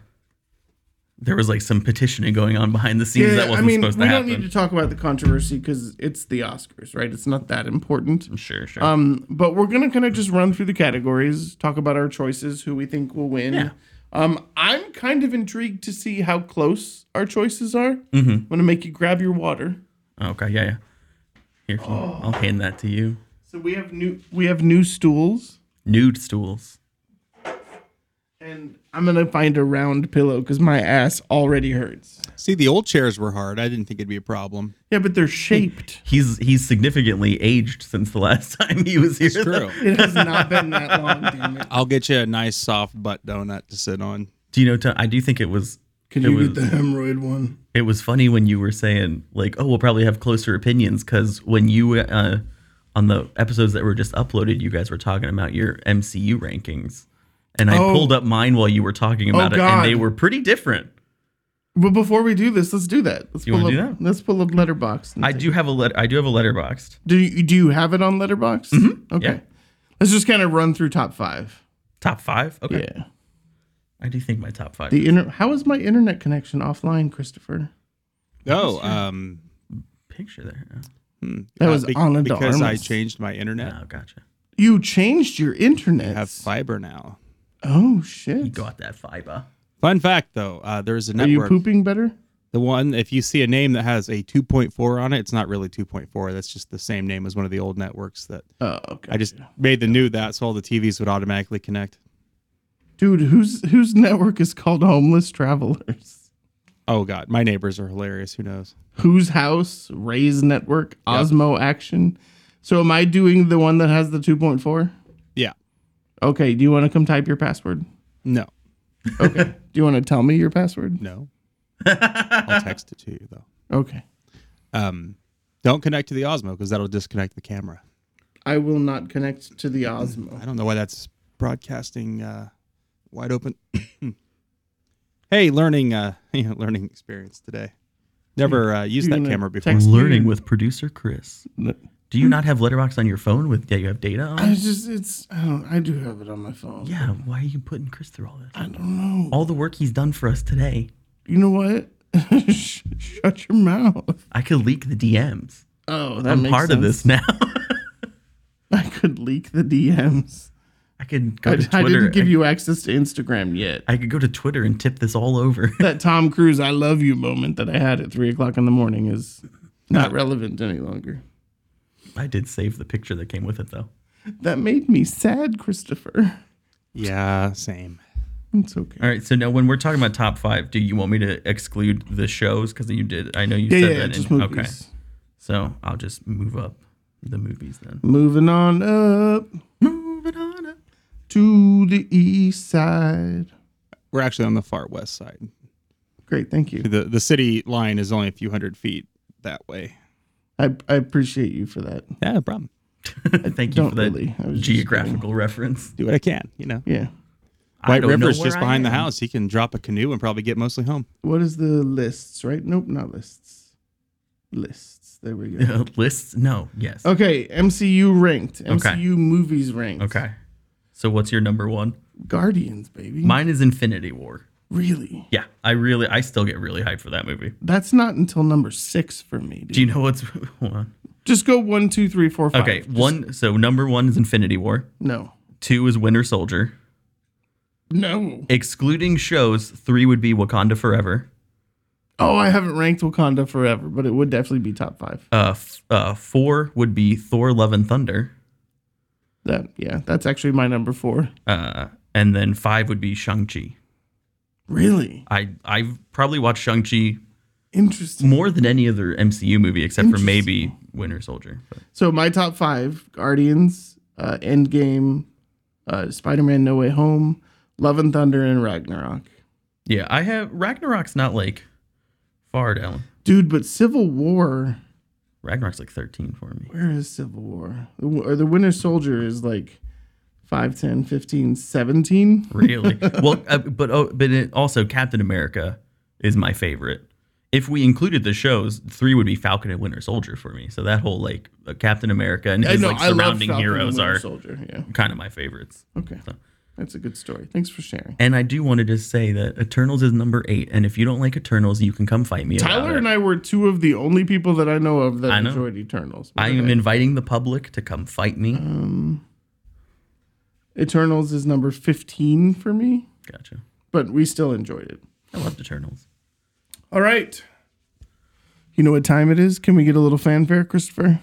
Speaker 3: there was like some petitioning going on behind the scenes that wasn't
Speaker 1: I mean,
Speaker 3: supposed to
Speaker 1: we
Speaker 3: happen.
Speaker 1: don't need to talk about the controversy because it's the Oscars, right? It's not that important.
Speaker 3: sure, sure.
Speaker 1: Um, but we're gonna kind of just run through the categories, talk about our choices, who we think will win.
Speaker 3: Yeah.
Speaker 1: Um, I'm kind of intrigued to see how close our choices are. Mm-hmm. I'm gonna make you grab your water.
Speaker 3: okay, yeah, yeah. Here, can-
Speaker 1: Oh.
Speaker 3: I'll hand that to you.
Speaker 1: So we have new we have new stools,
Speaker 3: Nude stools.
Speaker 1: and I'm gonna find a round pillow because my ass already hurts.
Speaker 2: See, the old chairs were hard. I didn't think it'd be a problem.
Speaker 1: Yeah, but they're shaped.
Speaker 3: He's he's significantly aged since the last time he was here.
Speaker 2: It's true.
Speaker 1: It has not been that long. Damn it!
Speaker 2: I'll get you a nice soft butt donut to sit on.
Speaker 3: Do you know? Tom, I do think it was
Speaker 1: Can
Speaker 3: It
Speaker 1: you
Speaker 3: was-
Speaker 1: get the hemorrhoid one?
Speaker 3: It was funny when you were saying like, "Oh, we'll probably have closer opinions," because when you uh, on the episodes that were just uploaded, you guys were talking about your MCU rankings, and I
Speaker 1: Oh.
Speaker 3: pulled up mine while you were talking about it,
Speaker 1: God.
Speaker 3: and they were pretty different.
Speaker 1: But before we do this, let's do that. Let's
Speaker 3: You
Speaker 1: pull
Speaker 3: wanna do
Speaker 1: up,
Speaker 3: that?
Speaker 1: Let's pull up Letterbox.
Speaker 3: I do have a letter. I do have a letterboxed.
Speaker 1: Do you do you have it on Letterbox?
Speaker 2: Mm-hmm.
Speaker 1: Okay.
Speaker 3: yeah.
Speaker 1: Let's just kind of run through top five.
Speaker 3: Top five. Okay,
Speaker 1: Yeah.
Speaker 3: I do think my top five.
Speaker 1: The inter- how is my internet connection offline, Christopher?
Speaker 2: Oh, um,
Speaker 3: picture there.
Speaker 1: That
Speaker 2: uh,
Speaker 1: was
Speaker 2: be-
Speaker 1: Anna
Speaker 2: because I
Speaker 1: Darmus.
Speaker 2: changed my internet.
Speaker 3: Oh, gotcha.
Speaker 1: You changed your internet.
Speaker 2: I have fiber now.
Speaker 1: oh
Speaker 3: You
Speaker 1: shit.
Speaker 3: got that fiber.
Speaker 2: Fun fact, though, uh, there's a
Speaker 1: Are you
Speaker 2: network.
Speaker 1: pooping better?
Speaker 2: The one, if you see a name that has a 2.4 on it, it's not really 2.4. That's just the same name as one of the old networks that
Speaker 1: Oh, okay.
Speaker 2: I just made the new that, so all the TVs would automatically connect.
Speaker 1: Dude, whose whose network is called Homeless Travelers?
Speaker 2: Oh God, my neighbors are hilarious. Who knows?
Speaker 1: Whose house? Ray's network. Osmo Action. So am I doing the one that has the two point four?
Speaker 2: Yeah.
Speaker 1: Okay. Do you want to come type your password?
Speaker 2: No.
Speaker 1: Okay. do you want to tell me your password?
Speaker 2: No. I'll text it to you though.
Speaker 1: Okay.
Speaker 2: Um, don't connect to the Osmo because that'll disconnect the camera.
Speaker 1: I will not connect to the Osmo.
Speaker 2: Mm-hmm. I don't know why that's broadcasting uh, wide open. hey, learning, uh, you know, learning experience today. Never uh, used
Speaker 1: You're
Speaker 2: that
Speaker 1: gonna
Speaker 2: camera before.
Speaker 1: text-
Speaker 3: Learning with producer Chris.
Speaker 1: No.
Speaker 3: Do you not have letterbox on your phone? With yeah, you have data on.
Speaker 1: I just it's I don't I do have it on my phone.
Speaker 3: yeah, why are you putting Chris through all this?
Speaker 1: I don't know.
Speaker 3: All the work he's done for us today.
Speaker 1: You know what? Sh- Shut your mouth.
Speaker 3: I could leak the DMs.
Speaker 1: Oh, that
Speaker 3: I'm
Speaker 1: makes
Speaker 3: part of
Speaker 1: sense.
Speaker 3: this now.
Speaker 1: I could leak the DMs.
Speaker 3: I could go
Speaker 1: I,
Speaker 3: to
Speaker 1: I
Speaker 3: Twitter. eh? I,
Speaker 1: didn't give you access to Instagram yet.
Speaker 3: I could go to Twitter and tip this all over.
Speaker 1: that Tom Cruise "I love you" moment that I had at three o'clock in the morning is not relevant any longer.
Speaker 3: I did save the picture that came with it though.
Speaker 1: That made me sad, Christopher.
Speaker 2: yeah, same.
Speaker 1: It's okay.
Speaker 3: All right, so now when we're talking about top five, do you want me to exclude the shows because you did? I know you
Speaker 1: Yeah,
Speaker 3: said
Speaker 1: yeah,
Speaker 3: that.
Speaker 1: just
Speaker 3: in,
Speaker 1: movies.
Speaker 3: okay, so I'll just move up the movies then.
Speaker 1: Moving on up
Speaker 3: Moving on. Up.
Speaker 1: to the east side.
Speaker 2: We're actually on the far west side.
Speaker 1: Great, thank you.
Speaker 2: The the city line is only a few hundred feet that way.
Speaker 1: I, I appreciate you for that.
Speaker 2: Yeah, no problem.
Speaker 3: Thank you
Speaker 1: don't
Speaker 3: for that
Speaker 1: really. I was just
Speaker 3: geographical reference.
Speaker 2: Do what I can, you know.
Speaker 1: Yeah.
Speaker 3: I
Speaker 2: White
Speaker 3: don't know
Speaker 2: River's
Speaker 3: where
Speaker 2: just
Speaker 3: I
Speaker 2: behind the
Speaker 3: am.
Speaker 2: house. He can drop a canoe and probably get mostly home.
Speaker 1: What is the lists, right? Nope, not lists. Lists. There we go.
Speaker 3: Lists? No. Yes.
Speaker 1: Okay, MCU ranked. MCU
Speaker 3: Okay.
Speaker 1: movies ranked.
Speaker 3: Okay. So what's your number one?
Speaker 1: Guardians, baby.
Speaker 3: Mine is Infinity War.
Speaker 1: really?
Speaker 3: Yeah, I really, I still get really hyped for that movie.
Speaker 1: That's not until number six for me. Dude.
Speaker 3: Do you know what's? Hold on.
Speaker 1: Just go one, two, three, four, five.
Speaker 3: Okay,
Speaker 1: Just-
Speaker 3: one. So number one is Infinity War.
Speaker 1: No.
Speaker 3: Two is Winter Soldier.
Speaker 1: No.
Speaker 3: Excluding shows, three would be Wakanda Forever.
Speaker 1: Oh, I haven't ranked Wakanda forever, but it would definitely be top five.
Speaker 3: Uh, f- uh, four would be Thor: Love and Thunder.
Speaker 1: That yeah, that's actually my number four.
Speaker 3: Uh, and then five would be Shang Chi.
Speaker 1: Really
Speaker 3: I I've probably watched Shang Chi
Speaker 1: interesting.
Speaker 3: more than any other MCU movie, except for
Speaker 1: Interesting.
Speaker 3: maybe Winter Soldier. But
Speaker 1: So my top five: Guardians, uh, Endgame, uh, Spider-Man: No Way Home, Love and Thunder, and Ragnarok.
Speaker 3: yeah, I have Ragnarok's not like far down.
Speaker 1: Dude, but Civil War.
Speaker 3: Ragnarok's like thirteen for me.
Speaker 1: Where is Civil War? Or the Winter Soldier is like 5, 10, 15, 17.
Speaker 3: Really? well, uh, but oh, but it, also Captain America is my favorite. If we included the shows, three would be Falcon and Winter Soldier for me. So that whole like uh, Captain America and his like
Speaker 1: love
Speaker 3: surrounding
Speaker 1: Falcon and
Speaker 3: heroes
Speaker 1: Winter
Speaker 3: are
Speaker 1: Soldier. Yeah.
Speaker 3: kind of my favorites.
Speaker 1: Okay. That's a good story. Thanks for sharing.
Speaker 3: And I do want to just say that Eternals is number eight. And if you don't like Eternals, you can come fight me.
Speaker 1: Tyler and I were two of the only people that I know of that
Speaker 3: I know.
Speaker 1: enjoyed Eternals.
Speaker 3: I am
Speaker 1: Okay.
Speaker 3: inviting the public to come fight me.
Speaker 1: Eternals is number 15 for me,
Speaker 3: Gotcha.
Speaker 1: but we still enjoyed it.
Speaker 3: I loved Eternals.
Speaker 1: All right. You know what time it is? Can we get a little fanfare, Christopher?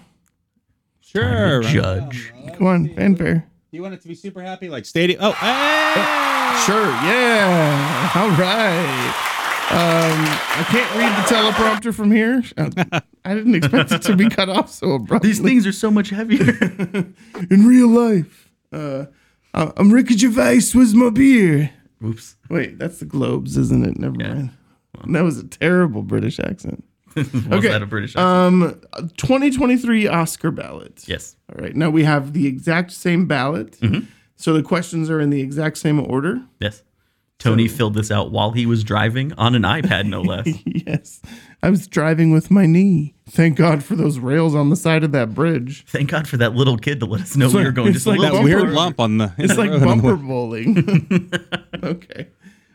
Speaker 2: Sure.
Speaker 3: Judge.
Speaker 1: Come on, fanfare.
Speaker 2: You want it to be super happy, like stadium. Oh, hey!
Speaker 1: Sure, yeah. All right. Um, I can't read the teleprompter from here. Uh, I didn't expect it to be cut off so abruptly.
Speaker 3: These things are so much heavier.
Speaker 1: In real life, uh, I- I'm Ricky Gervais with my beer.
Speaker 3: Oops.
Speaker 1: Wait, that's the Globes, isn't it? Never
Speaker 3: Yeah.
Speaker 1: mind. That was a terrible British accent.
Speaker 3: Was
Speaker 1: Okay,
Speaker 3: that a British accent?
Speaker 1: Um, 2023 Oscar ballot.
Speaker 3: yes.
Speaker 1: All right. Now we have the exact same ballot. So the questions are in the exact same order.
Speaker 3: Yes. Tony filled this out while he was driving on an iPad, no less.
Speaker 1: yes. I was driving with my knee. Thank God for those rails on the side of that bridge.
Speaker 3: Thank God for that little kid to let us know we were going
Speaker 1: it's
Speaker 3: just a
Speaker 1: like
Speaker 2: That
Speaker 3: little.
Speaker 1: bumper-
Speaker 2: weird lump on the.
Speaker 1: It's like bumper bowling. okay.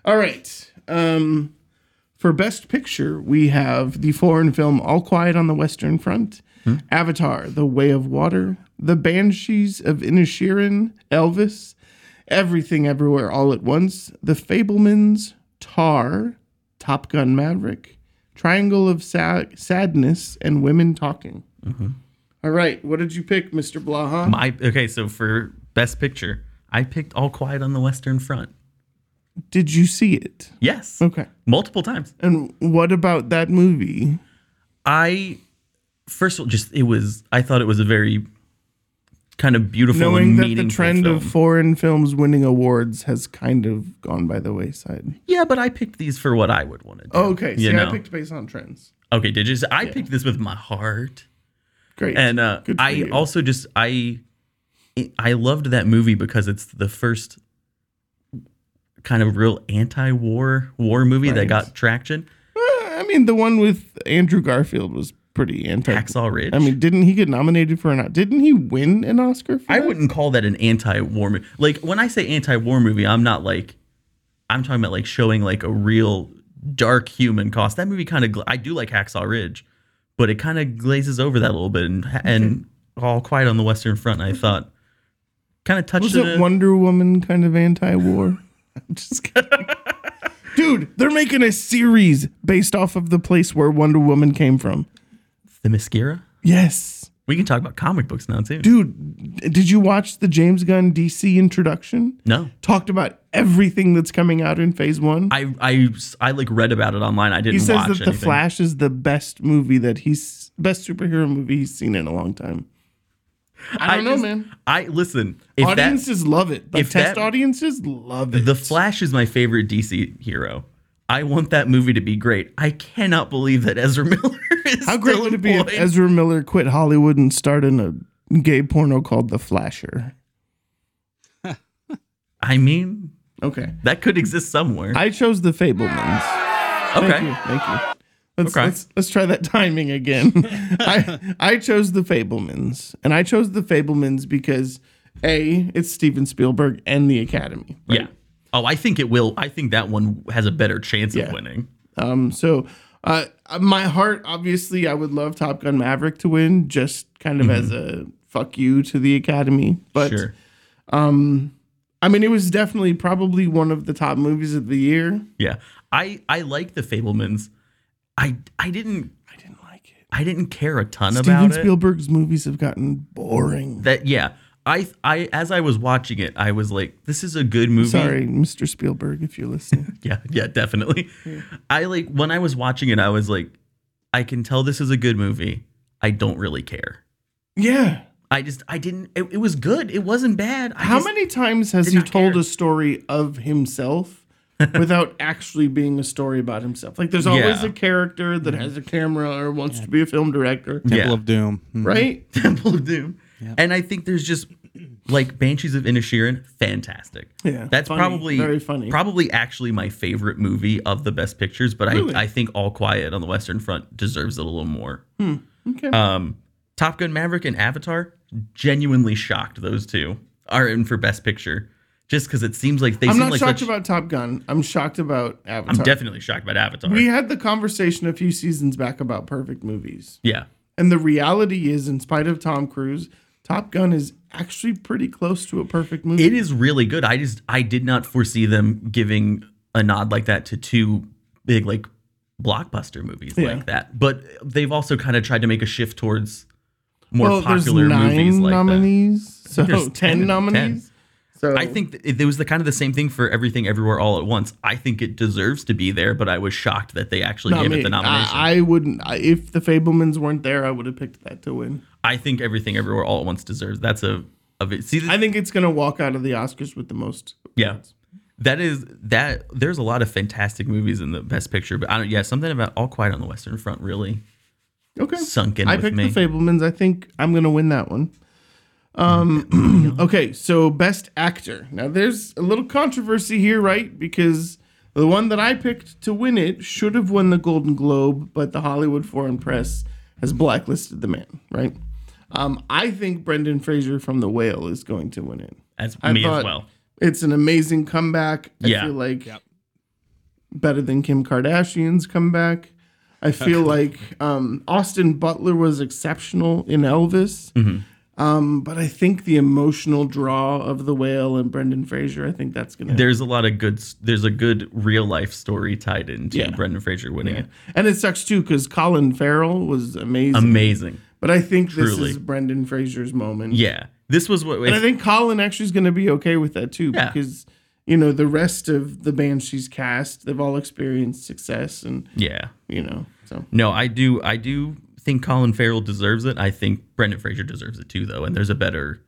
Speaker 1: All right. Um, for Best Picture, we have the foreign film All Quiet on the Western Front, Avatar, The Way of Water, The Banshees of Inishirin, Elvis, Everything Everywhere All at Once, The Fablemans, Tar, Top Gun Maverick, Triangle of Sa- Sadness, and Women Talking. All right. What did you pick, Mr. Blaha?
Speaker 3: My okay, so for best picture, I picked All Quiet on the Western Front.
Speaker 1: did you see it?
Speaker 3: Yes,
Speaker 1: Okay.
Speaker 3: multiple times.
Speaker 1: And what about that movie?
Speaker 3: I first of all, just it was. I thought it was a very kind of beautiful,
Speaker 1: Knowing
Speaker 3: and
Speaker 1: that the
Speaker 3: meaningful
Speaker 1: trend
Speaker 3: film.
Speaker 1: of foreign films winning awards has kind of gone by the wayside. Oh,
Speaker 3: yeah, but I picked these for what I would want to do.
Speaker 1: Okay, see,
Speaker 3: you know?
Speaker 1: I picked based on trends.
Speaker 3: okay, did you? So I picked this with my heart.
Speaker 1: Great.
Speaker 3: and uh,
Speaker 1: Good for
Speaker 3: I
Speaker 1: you.
Speaker 3: also just I I loved that movie because it's the first kind of real anti-war war movie that
Speaker 1: Right.
Speaker 3: got traction.
Speaker 1: Uh, I mean, the one with Andrew Garfield was pretty anti.
Speaker 3: Hacksaw Ridge.
Speaker 1: I mean, didn't he get nominated for an? Didn't he win an Oscar? For
Speaker 3: I
Speaker 1: that?
Speaker 3: wouldn't call that an anti-war movie. Like when I say anti-war movie, I'm not like I'm talking about like showing like a real dark human cost. That movie kind of gla- I do like Hacksaw Ridge, but it kind of glazes over that a little bit and and all quiet on the Western Front. I thought kind of touched
Speaker 1: Was
Speaker 3: it.
Speaker 1: it Wonder Woman kind of anti-war? I'm just kidding. Dude, they're making a series based off of the place where Wonder Woman came from.
Speaker 3: the mascara.
Speaker 1: Yes.
Speaker 3: We can talk about comic books now too.
Speaker 1: Dude, did you watch the James Gunn DC introduction?
Speaker 3: No,
Speaker 1: Talked about everything that's coming out in phase one.
Speaker 3: I, I I like read about it online. I didn't
Speaker 1: he says
Speaker 3: watch
Speaker 1: that The
Speaker 3: anything.
Speaker 1: Flash is the best movie that he's best superhero movie he's seen in a long time. I don't know,
Speaker 3: just-
Speaker 1: man.
Speaker 3: I listen. If that
Speaker 1: audiences love it. The
Speaker 3: if
Speaker 1: test
Speaker 3: that-
Speaker 1: audiences love it.
Speaker 3: the Flash is my favorite DC hero, I want that movie to be great. I cannot believe that Ezra Miller is
Speaker 1: How great
Speaker 3: still
Speaker 1: would it be if
Speaker 3: employed.
Speaker 1: Ezra Miller quit Hollywood and started a gay porno called The Flasher?
Speaker 3: I mean,
Speaker 1: Okay.
Speaker 3: that could exist somewhere.
Speaker 1: I chose The Fablemans.
Speaker 3: okay,
Speaker 1: Thank you. Thank you. Let's,
Speaker 3: Okay.
Speaker 1: let's, let's try that timing again. I, I chose the Fablemans, and I chose the Fablemans because A, it's Steven Spielberg and the Academy. right?
Speaker 3: yeah. Oh, I think it will. I think that one has a better chance
Speaker 1: Yeah.
Speaker 3: of winning.
Speaker 1: Um, so uh, my heart, obviously, I would love Top Gun Maverick to win, just kind of as a fuck you to the Academy. But
Speaker 3: Mm-hmm. sure.
Speaker 1: I mean, it was definitely probably one of the top movies of the year.
Speaker 3: Yeah. I I like the Fablemans. I I didn't
Speaker 1: I didn't like it.
Speaker 3: I didn't care a ton
Speaker 1: Steven
Speaker 3: about it.
Speaker 1: Spielberg's movies have gotten boring.
Speaker 3: That yeah. I I as I was watching it, I was like, this is a good movie.
Speaker 1: Sorry, Mr. Spielberg, if you're listening.
Speaker 3: Yeah, yeah, definitely. I like when I was watching it, I was like, I can tell this is a good movie. I don't really care.
Speaker 1: yeah.
Speaker 3: I just I didn't it, it was good. It wasn't bad. I
Speaker 1: How
Speaker 3: just-
Speaker 1: many times has
Speaker 3: did
Speaker 1: he
Speaker 3: not
Speaker 1: told
Speaker 3: care.
Speaker 1: a story of himself without actually being a story about himself? Like there's always
Speaker 3: Yeah.
Speaker 1: a character that has a camera or wants to be a film director,
Speaker 2: Temple
Speaker 3: Yeah.
Speaker 2: of Doom. Mhm.
Speaker 1: right?
Speaker 3: Temple of Doom. And I think there's just like Banshees of Inisherin, fantastic.
Speaker 1: Yeah,
Speaker 3: that's
Speaker 1: funny,
Speaker 3: probably
Speaker 1: very funny.
Speaker 3: Probably actually my favorite movie of the best pictures, but
Speaker 1: Really?
Speaker 3: I, I think All Quiet on the Western Front deserves it a little more.
Speaker 1: Hmm, Okay.
Speaker 3: Um, Top Gun Maverick and Avatar genuinely shocked those two are in for best picture, just because it seems like they
Speaker 1: I'm
Speaker 3: seem
Speaker 1: not
Speaker 3: like
Speaker 1: shocked
Speaker 3: such-
Speaker 1: about Top Gun. I'm shocked about
Speaker 3: I'm
Speaker 1: Avatar.
Speaker 3: definitely shocked about Avatar.
Speaker 1: we had the conversation a few seasons back about perfect movies.
Speaker 3: yeah,
Speaker 1: And the reality is, in spite of Tom Cruise, Top Gun is actually pretty close to a perfect movie.
Speaker 3: it is really good. I just I did not foresee them giving a nod like that to two big like blockbuster movies
Speaker 1: Yeah.
Speaker 3: like that. But they've also kind of tried to make a shift towards more
Speaker 1: Well, there's
Speaker 3: popular movies
Speaker 1: nine
Speaker 3: like that.
Speaker 1: nominees, so
Speaker 3: there's
Speaker 1: ten,
Speaker 3: 10.
Speaker 1: nominees. So
Speaker 3: I think th- it was the kind of the same thing for Everything Everywhere All at Once. I think it deserves to be there, but I was shocked that they actually
Speaker 1: Not
Speaker 3: gave
Speaker 1: me.
Speaker 3: it the nomination. I,
Speaker 1: I, I wouldn't. I, if the Fablemans weren't there, I would have picked that to win.
Speaker 3: think Everything Everywhere All at Once deserves. That's a of it. See, th-
Speaker 1: I think it's gonna walk out of the Oscars with the most.
Speaker 3: yeah, that is that. There's a lot of fantastic movies in the Best Picture, but I don't. Yeah, something about All Quiet on the Western Front really
Speaker 1: Okay.
Speaker 3: sunk in
Speaker 1: I
Speaker 3: with
Speaker 1: picked
Speaker 3: me.
Speaker 1: the Fablemans. I think I'm gonna win that one. Um. okay. So best actor. Now there's a little controversy here, right? Because the one that I picked to win it should have won the Golden Globe, but the Hollywood Foreign Press has blacklisted the man, right? Um, I think Brendan Fraser from The Whale is going to win it.
Speaker 3: As
Speaker 1: I
Speaker 3: me
Speaker 1: thought-
Speaker 3: as well.
Speaker 1: It's an amazing comeback. I
Speaker 3: Yeah.
Speaker 1: feel like
Speaker 2: Yep.
Speaker 1: better than Kim Kardashian's comeback. I feel like um, Austin Butler was exceptional in Elvis.
Speaker 3: Mm-hmm.
Speaker 1: Um, but I think the emotional draw of the whale and Brendan Fraser, I think that's gonna
Speaker 3: There's a lot of good. s- There's a good real life story tied into
Speaker 1: Yeah.
Speaker 3: Brendan Fraser winning it.
Speaker 1: and it sucks too because Colin Farrell was amazing.
Speaker 3: Amazing.
Speaker 1: but I think this
Speaker 3: Truly.
Speaker 1: is Brendan Fraser's moment.
Speaker 3: Yeah, this was what.
Speaker 1: And I think Colin actually is going to be okay with that too,
Speaker 3: Yeah.
Speaker 1: because you know the rest of the band she's cast, they've all experienced success, and
Speaker 3: yeah.
Speaker 1: you know, so
Speaker 3: No, I do. I do think Colin Farrell deserves it. I think Brendan Fraser deserves it too, though. And there's a better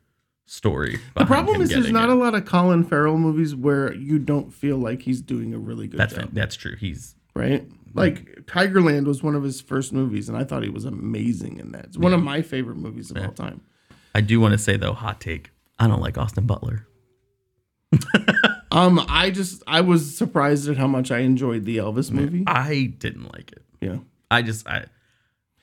Speaker 3: story.
Speaker 1: the problem is there's not
Speaker 3: it.
Speaker 1: a lot of Colin Farrell movies where you don't feel like he's doing a really good
Speaker 3: That's
Speaker 1: job,
Speaker 3: fan- that's true. He's
Speaker 1: right? Like Tigerland was one of his first movies, and I thought he was amazing in that. It's one of my favorite movies of all time.
Speaker 3: I do want to say though, hot take. I don't like Austin Butler.
Speaker 1: Um, I just I was surprised at how much I enjoyed the Elvis movie.
Speaker 3: I didn't like it.
Speaker 1: Yeah,
Speaker 3: I just I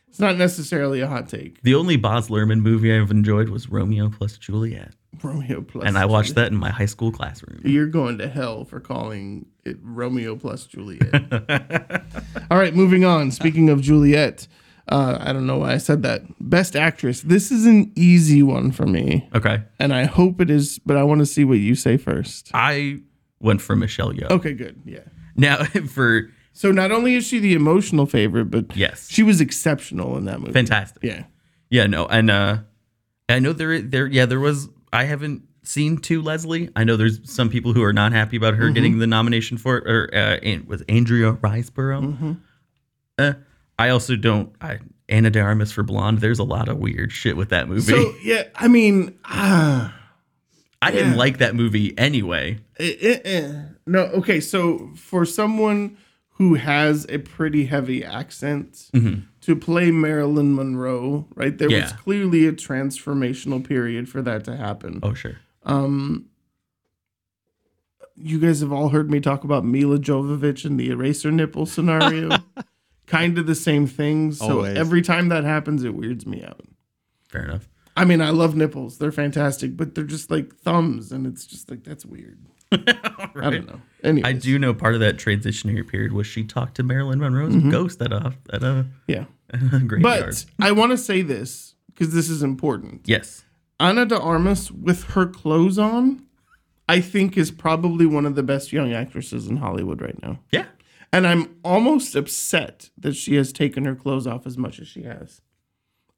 Speaker 1: it's not necessarily a hot take.
Speaker 3: the only Boz Luhrmann movie I've enjoyed was Romeo plus Juliet,
Speaker 1: Romeo plus
Speaker 3: and I watched that in my high school classroom.
Speaker 1: You're going to hell for calling it Romeo plus Juliet. All right, moving on. Speaking of Juliet, uh, I don't know why I said that. Best actress. This is an easy one for me,
Speaker 3: Okay,
Speaker 1: and I hope it is, but I want to see what you say first.
Speaker 3: I went for Michelle Yeoh.
Speaker 1: Okay, good. Yeah.
Speaker 3: Now for
Speaker 1: So not only is she the emotional favorite, but
Speaker 3: Yes.
Speaker 1: she was exceptional in that movie.
Speaker 3: fantastic.
Speaker 1: Yeah.
Speaker 3: Yeah, no, and uh I know there there yeah, there was I haven't seen two Leslie. I know there's some people who are not happy about
Speaker 1: Mm-hmm.
Speaker 3: her getting the nomination for it or uh and was Andrea Riseborough.
Speaker 1: Mm-hmm.
Speaker 3: Uh, I also don't I Anna de Armas for Blonde. There's a lot of weird shit with that movie.
Speaker 1: So yeah, I mean, ah.
Speaker 3: I didn't like that movie anyway.
Speaker 1: Eh, eh, eh. No, okay. So for someone who has a pretty heavy accent to play Marilyn Monroe, right? There was
Speaker 3: Mm-hmm. Yeah.
Speaker 1: clearly a transformational period for that to happen.
Speaker 3: Oh sure.
Speaker 1: You guys have all heard me talk about Mila Jovovich and the eraser nipple scenario. kind of the same thing. So
Speaker 2: Always.
Speaker 1: every time that happens, it weirds me out.
Speaker 3: Fair enough.
Speaker 1: I mean, I love nipples. They're fantastic, but they're just like thumbs, and it's just like that's weird. I don't know. Anyway,
Speaker 3: I do know part of that transitionary period was she talked to Marilyn Monroe's ghost at a at a,
Speaker 1: yeah.
Speaker 3: graveyard.
Speaker 1: Mm-hmm. But I want to say this because this is important.
Speaker 3: yes.
Speaker 1: Ana de Armas with her clothes on, I think is probably one of the best young actresses in Hollywood right now.
Speaker 3: Yeah.
Speaker 1: And I'm almost upset that she has taken her clothes off as much as she has.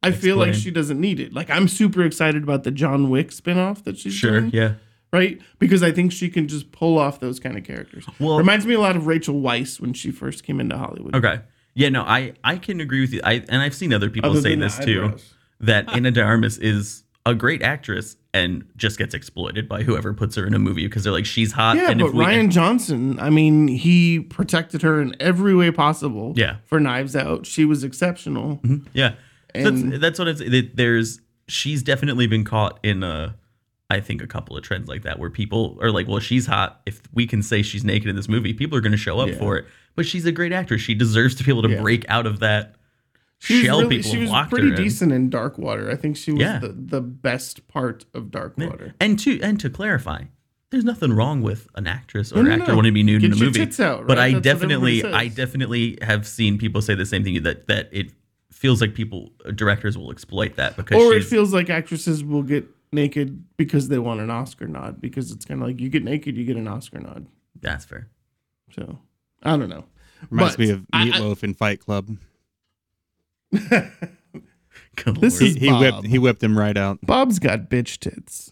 Speaker 1: I feel like
Speaker 3: Explain.
Speaker 1: she doesn't need it. Like I'm super excited about the John Wick spinoff that she's
Speaker 3: Sure.
Speaker 1: doing,
Speaker 3: Mm-hmm. Yeah.
Speaker 1: right? Because I think she can just pull off those kind of characters.
Speaker 3: Well-
Speaker 1: Reminds me a lot of Rachel Weisz when she first came into Hollywood.
Speaker 3: Okay. Yeah. No, I I can agree with you. I and I've seen other people
Speaker 1: Other
Speaker 3: say
Speaker 1: than the
Speaker 3: this too.
Speaker 1: eyebrows.
Speaker 3: That Anna de Armas is a great actress and just gets exploited by whoever puts her in a movie because they're like she's hot.
Speaker 1: Yeah,
Speaker 3: and
Speaker 1: but Ryan Johnson, I mean, he protected her in every way possible.
Speaker 3: Yeah. Mm-hmm.
Speaker 1: For Knives Out, she was exceptional.
Speaker 3: Yeah. So that's,
Speaker 1: And-
Speaker 3: that's what I'm saying. that There's she's definitely been caught in a, I think a couple of trends like that where people are like, well, she's hot. If we can say she's naked in this movie, people are going to show up
Speaker 1: Yeah.
Speaker 3: for it. But she's a great actress. She deserves to be able to
Speaker 1: Yeah.
Speaker 3: break out of that
Speaker 1: She was
Speaker 3: shell
Speaker 1: really-
Speaker 3: people
Speaker 1: she
Speaker 3: have
Speaker 1: was
Speaker 3: locked
Speaker 1: pretty
Speaker 3: her in.
Speaker 1: decent in Dark Water. I think she was
Speaker 3: Yeah.
Speaker 1: the, the best part of Dark Water.
Speaker 3: And to and to clarify, there's nothing wrong with an actress or
Speaker 1: No, no,
Speaker 3: actor
Speaker 1: no.
Speaker 3: wanting to be nude in
Speaker 1: Get
Speaker 3: a
Speaker 1: your
Speaker 3: movie.
Speaker 1: tits out,
Speaker 3: But
Speaker 1: right?
Speaker 3: I
Speaker 1: That's what
Speaker 3: definitely
Speaker 1: everybody
Speaker 3: I
Speaker 1: says.
Speaker 3: definitely have seen people say the same thing that that it feels like people directors will exploit that because
Speaker 1: Or it
Speaker 3: she's,
Speaker 1: feels like actresses will get naked because they want an Oscar nod, because it's kind of like you get naked, you get an Oscar nod.
Speaker 3: that's fair.
Speaker 1: So I don't know.
Speaker 2: Reminds
Speaker 1: But
Speaker 2: me of
Speaker 1: I- I-
Speaker 2: Meatloaf in Fight Club.
Speaker 3: Good
Speaker 1: This
Speaker 3: lord.
Speaker 2: He, he
Speaker 1: Bob.
Speaker 2: whipped he whipped him right out.
Speaker 1: Bob's got bitch tits.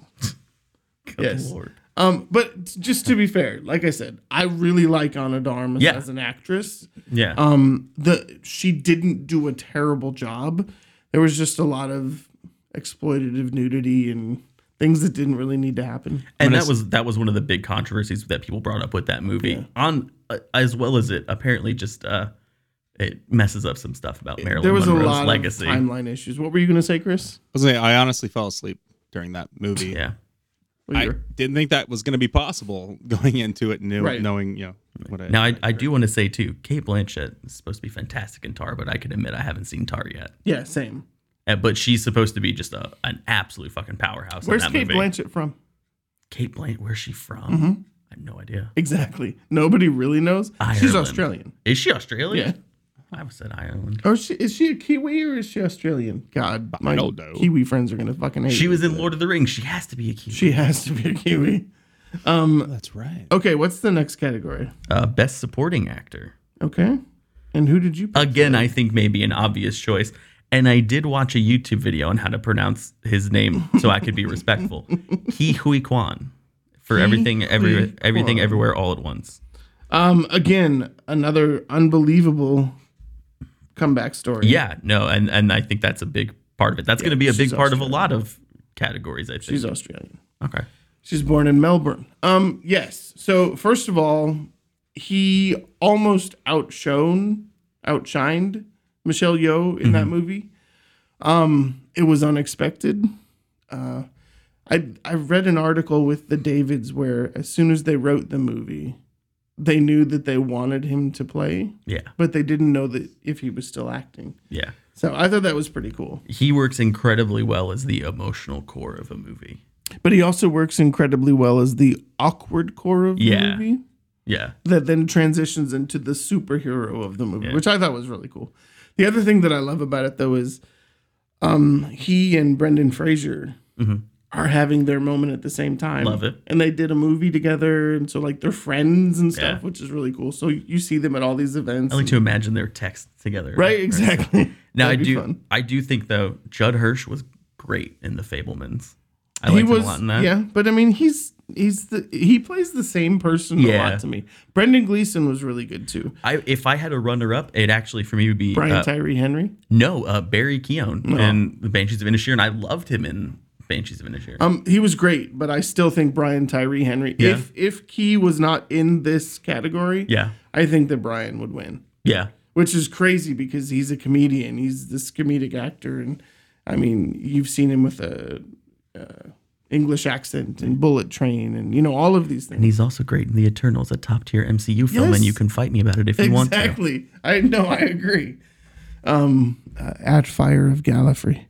Speaker 3: Good
Speaker 1: yes.
Speaker 3: lord.
Speaker 1: Um, but just to be fair, like I said, I really like Anna Darmas
Speaker 3: Yeah.
Speaker 1: as an actress.
Speaker 3: Yeah.
Speaker 1: Um, the she didn't do a terrible job. There was just a lot of exploitative nudity and things that didn't really need to happen.
Speaker 3: and
Speaker 2: gonna
Speaker 3: that
Speaker 2: s-
Speaker 3: was that was one of the big controversies that people brought up with that movie on uh, as well as it apparently just uh it messes up some stuff about Marilyn
Speaker 1: there was
Speaker 3: Monroe's
Speaker 1: a lot
Speaker 3: legacy.
Speaker 1: of timeline issues. What were you going to say, Chris?
Speaker 2: I was gonna say, I honestly fell asleep during that movie.
Speaker 3: yeah.
Speaker 1: What
Speaker 2: I
Speaker 1: you were-
Speaker 2: didn't think that was going to be possible going into it, knew,
Speaker 1: Right.
Speaker 2: knowing you know what. I,
Speaker 3: Now I, I do want to say too, Kate Blanchett is supposed to be fantastic in Tar, but I can admit I haven't seen Tar yet.
Speaker 1: yeah, same.
Speaker 3: Uh, But she's supposed to be just a, an absolute fucking powerhouse.
Speaker 1: Where's
Speaker 3: in that
Speaker 1: Kate
Speaker 3: movie.
Speaker 1: Blanchett Mm-hmm. from?
Speaker 3: Kate Blanchett, where's she from? I have no idea.
Speaker 1: Exactly. Nobody really knows. She's
Speaker 3: Ireland.
Speaker 1: Australian.
Speaker 3: Is she Australian?
Speaker 1: Yeah.
Speaker 3: I would said Ireland.
Speaker 1: Or she, is she a Kiwi or is she Australian? God, my
Speaker 2: don't know.
Speaker 1: Kiwi friends are gonna fucking hate.
Speaker 3: She
Speaker 1: me
Speaker 3: was
Speaker 1: for
Speaker 3: in
Speaker 1: that.
Speaker 3: Lord of the Rings. She has to be a Kiwi.
Speaker 1: She has to be a Kiwi.
Speaker 2: Oh, that's right.
Speaker 1: Okay, what's the next category?
Speaker 3: Uh, best supporting actor.
Speaker 1: Okay, and who did you? Pick?
Speaker 3: Again, I think maybe an obvious choice. And I did watch a YouTube video on how to pronounce his name so I could be respectful. He Hui Kwan for everything, every,
Speaker 1: Hui
Speaker 3: everything,
Speaker 1: Kwan.
Speaker 3: everywhere, all at once.
Speaker 1: Um, again, another unbelievable comeback story.
Speaker 3: Yeah, no, and and I think that's a big part of it. That's going to be a big
Speaker 1: she's
Speaker 3: part of a lot of categories. I think.
Speaker 1: she's Australian.
Speaker 3: okay.
Speaker 1: She's born in Melbourne. Um, yes. So first of all, he almost outshone, outshined Michelle Yeoh in that movie. Um, it was unexpected. Uh, I I read an article with the Davids where as soon as they wrote the movie, they knew that they wanted him to play,
Speaker 3: Yeah,
Speaker 1: but they didn't know that if he was still acting.
Speaker 3: yeah.
Speaker 1: So I thought that was pretty cool.
Speaker 3: He works incredibly well as the emotional core of a movie.
Speaker 1: But he also works incredibly well as the awkward core of the
Speaker 3: Yeah.
Speaker 1: movie.
Speaker 3: Yeah,
Speaker 1: that then transitions into the superhero of the movie,
Speaker 3: Yeah.
Speaker 1: which I thought was really cool. The other thing that I love about it though is um he and Brendan Fraser are having their moment at the same time.
Speaker 3: Mm-hmm. Love it.
Speaker 1: And they did a movie together and so like they're friends and stuff,
Speaker 3: Yeah.
Speaker 1: which is really cool. So you see them at all these events.
Speaker 3: I like to imagine their texts together.
Speaker 1: right, exactly.
Speaker 3: Now I
Speaker 1: That'd be
Speaker 3: do.
Speaker 1: fun.
Speaker 3: I do think though, Judd Hirsch was great in The Fablemans. I
Speaker 1: He
Speaker 3: liked
Speaker 1: was
Speaker 3: him a lot in that.
Speaker 1: yeah, but I mean he's he's the he plays the same person a
Speaker 3: Yeah.
Speaker 1: lot to me. Brendan Gleeson was really good too.
Speaker 3: I, if I had a runner-up, it actually for me would be
Speaker 1: Brian Oh.
Speaker 3: uh,
Speaker 1: Tyree Henry.
Speaker 3: no uh, Barry Keown in The Banshees of Inisherin. I loved him in Banshees of Inisherin.
Speaker 1: Um, he was great, but I still think Brian Tyree Henry.
Speaker 3: Yeah.
Speaker 1: If if Key was not in this category,
Speaker 3: yeah,
Speaker 1: I think that Brian would win,
Speaker 3: yeah.
Speaker 1: which is crazy because he's a comedian. He's this comedic actor, and I mean, you've seen him with a uh, English accent and Bullet Train, and you know all of these
Speaker 3: And
Speaker 1: things.
Speaker 3: he's also great in the Eternals, a top tier MCU film,
Speaker 1: Yes.
Speaker 3: and you can fight me about it if you want to.
Speaker 1: Exactly. I know. I agree. Um, uh, at Fire of Gallifrey.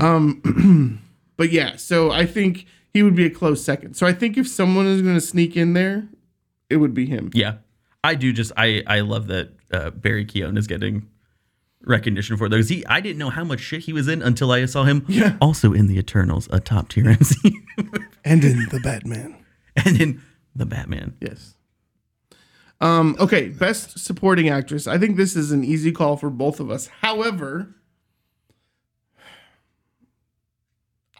Speaker 1: Um, but yeah, so I think he would be a close second. So I think if someone is going to sneak in there, it would be him.
Speaker 3: Yeah, I do. Just I I love that uh, Barry Keoghan is getting recognition for those. He I didn't know how much shit he was in until I saw him.
Speaker 1: Yeah.
Speaker 3: Also in the Eternals, a top tier MCU,
Speaker 1: And in the Batman.
Speaker 3: and in the Batman.
Speaker 1: Yes. Um, okay, best supporting actress. I think this is an easy call for both of us. However,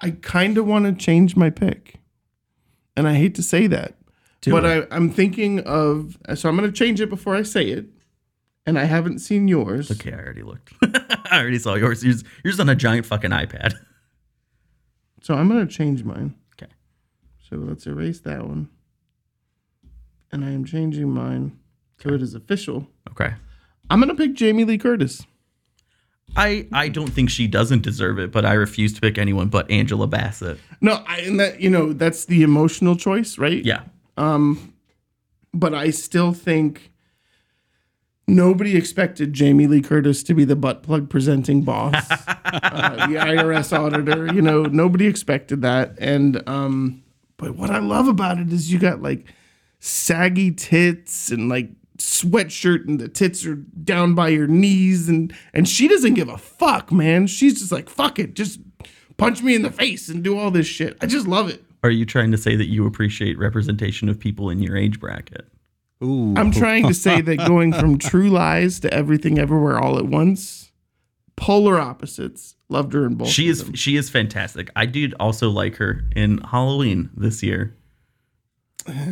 Speaker 1: I kind of want to change my pick, and I hate to say that,
Speaker 3: Do
Speaker 1: but
Speaker 3: it.
Speaker 1: I, I'm thinking of. So I'm going to change it before I say it, and I haven't seen yours.
Speaker 3: Okay, I already looked. I already saw yours. yours. Yours on a giant fucking iPad.
Speaker 1: So I'm going to change mine.
Speaker 3: Okay.
Speaker 1: So let's erase that one, and I am changing mine so it is official.
Speaker 3: Okay.
Speaker 1: I'm going to pick Jamie Lee Curtis.
Speaker 3: I I don't think she doesn't deserve it, but I refuse to pick anyone but Angela Bassett.
Speaker 1: No, I, and that you know that's the emotional choice, right?
Speaker 3: Yeah.
Speaker 1: But I still think nobody expected Jamie Lee Curtis to be the butt plug presenting boss, uh, the IRS auditor. You know, nobody expected that. And um, but what I love about it is you got like saggy tits and like sweatshirt and the tits are down by your knees and and she doesn't give a fuck man she's just like fuck it just punch me in the face and do all this shit i just love it
Speaker 3: Are you trying to say that you appreciate representation of people in your age bracket?
Speaker 2: Ooh.
Speaker 1: I'm trying to say that going from True Lies to Everything Everywhere All at Once, polar opposites. Loved her in both.
Speaker 3: She
Speaker 1: of
Speaker 3: is
Speaker 1: them.
Speaker 3: she is fantastic. I did also like her in Halloween this year.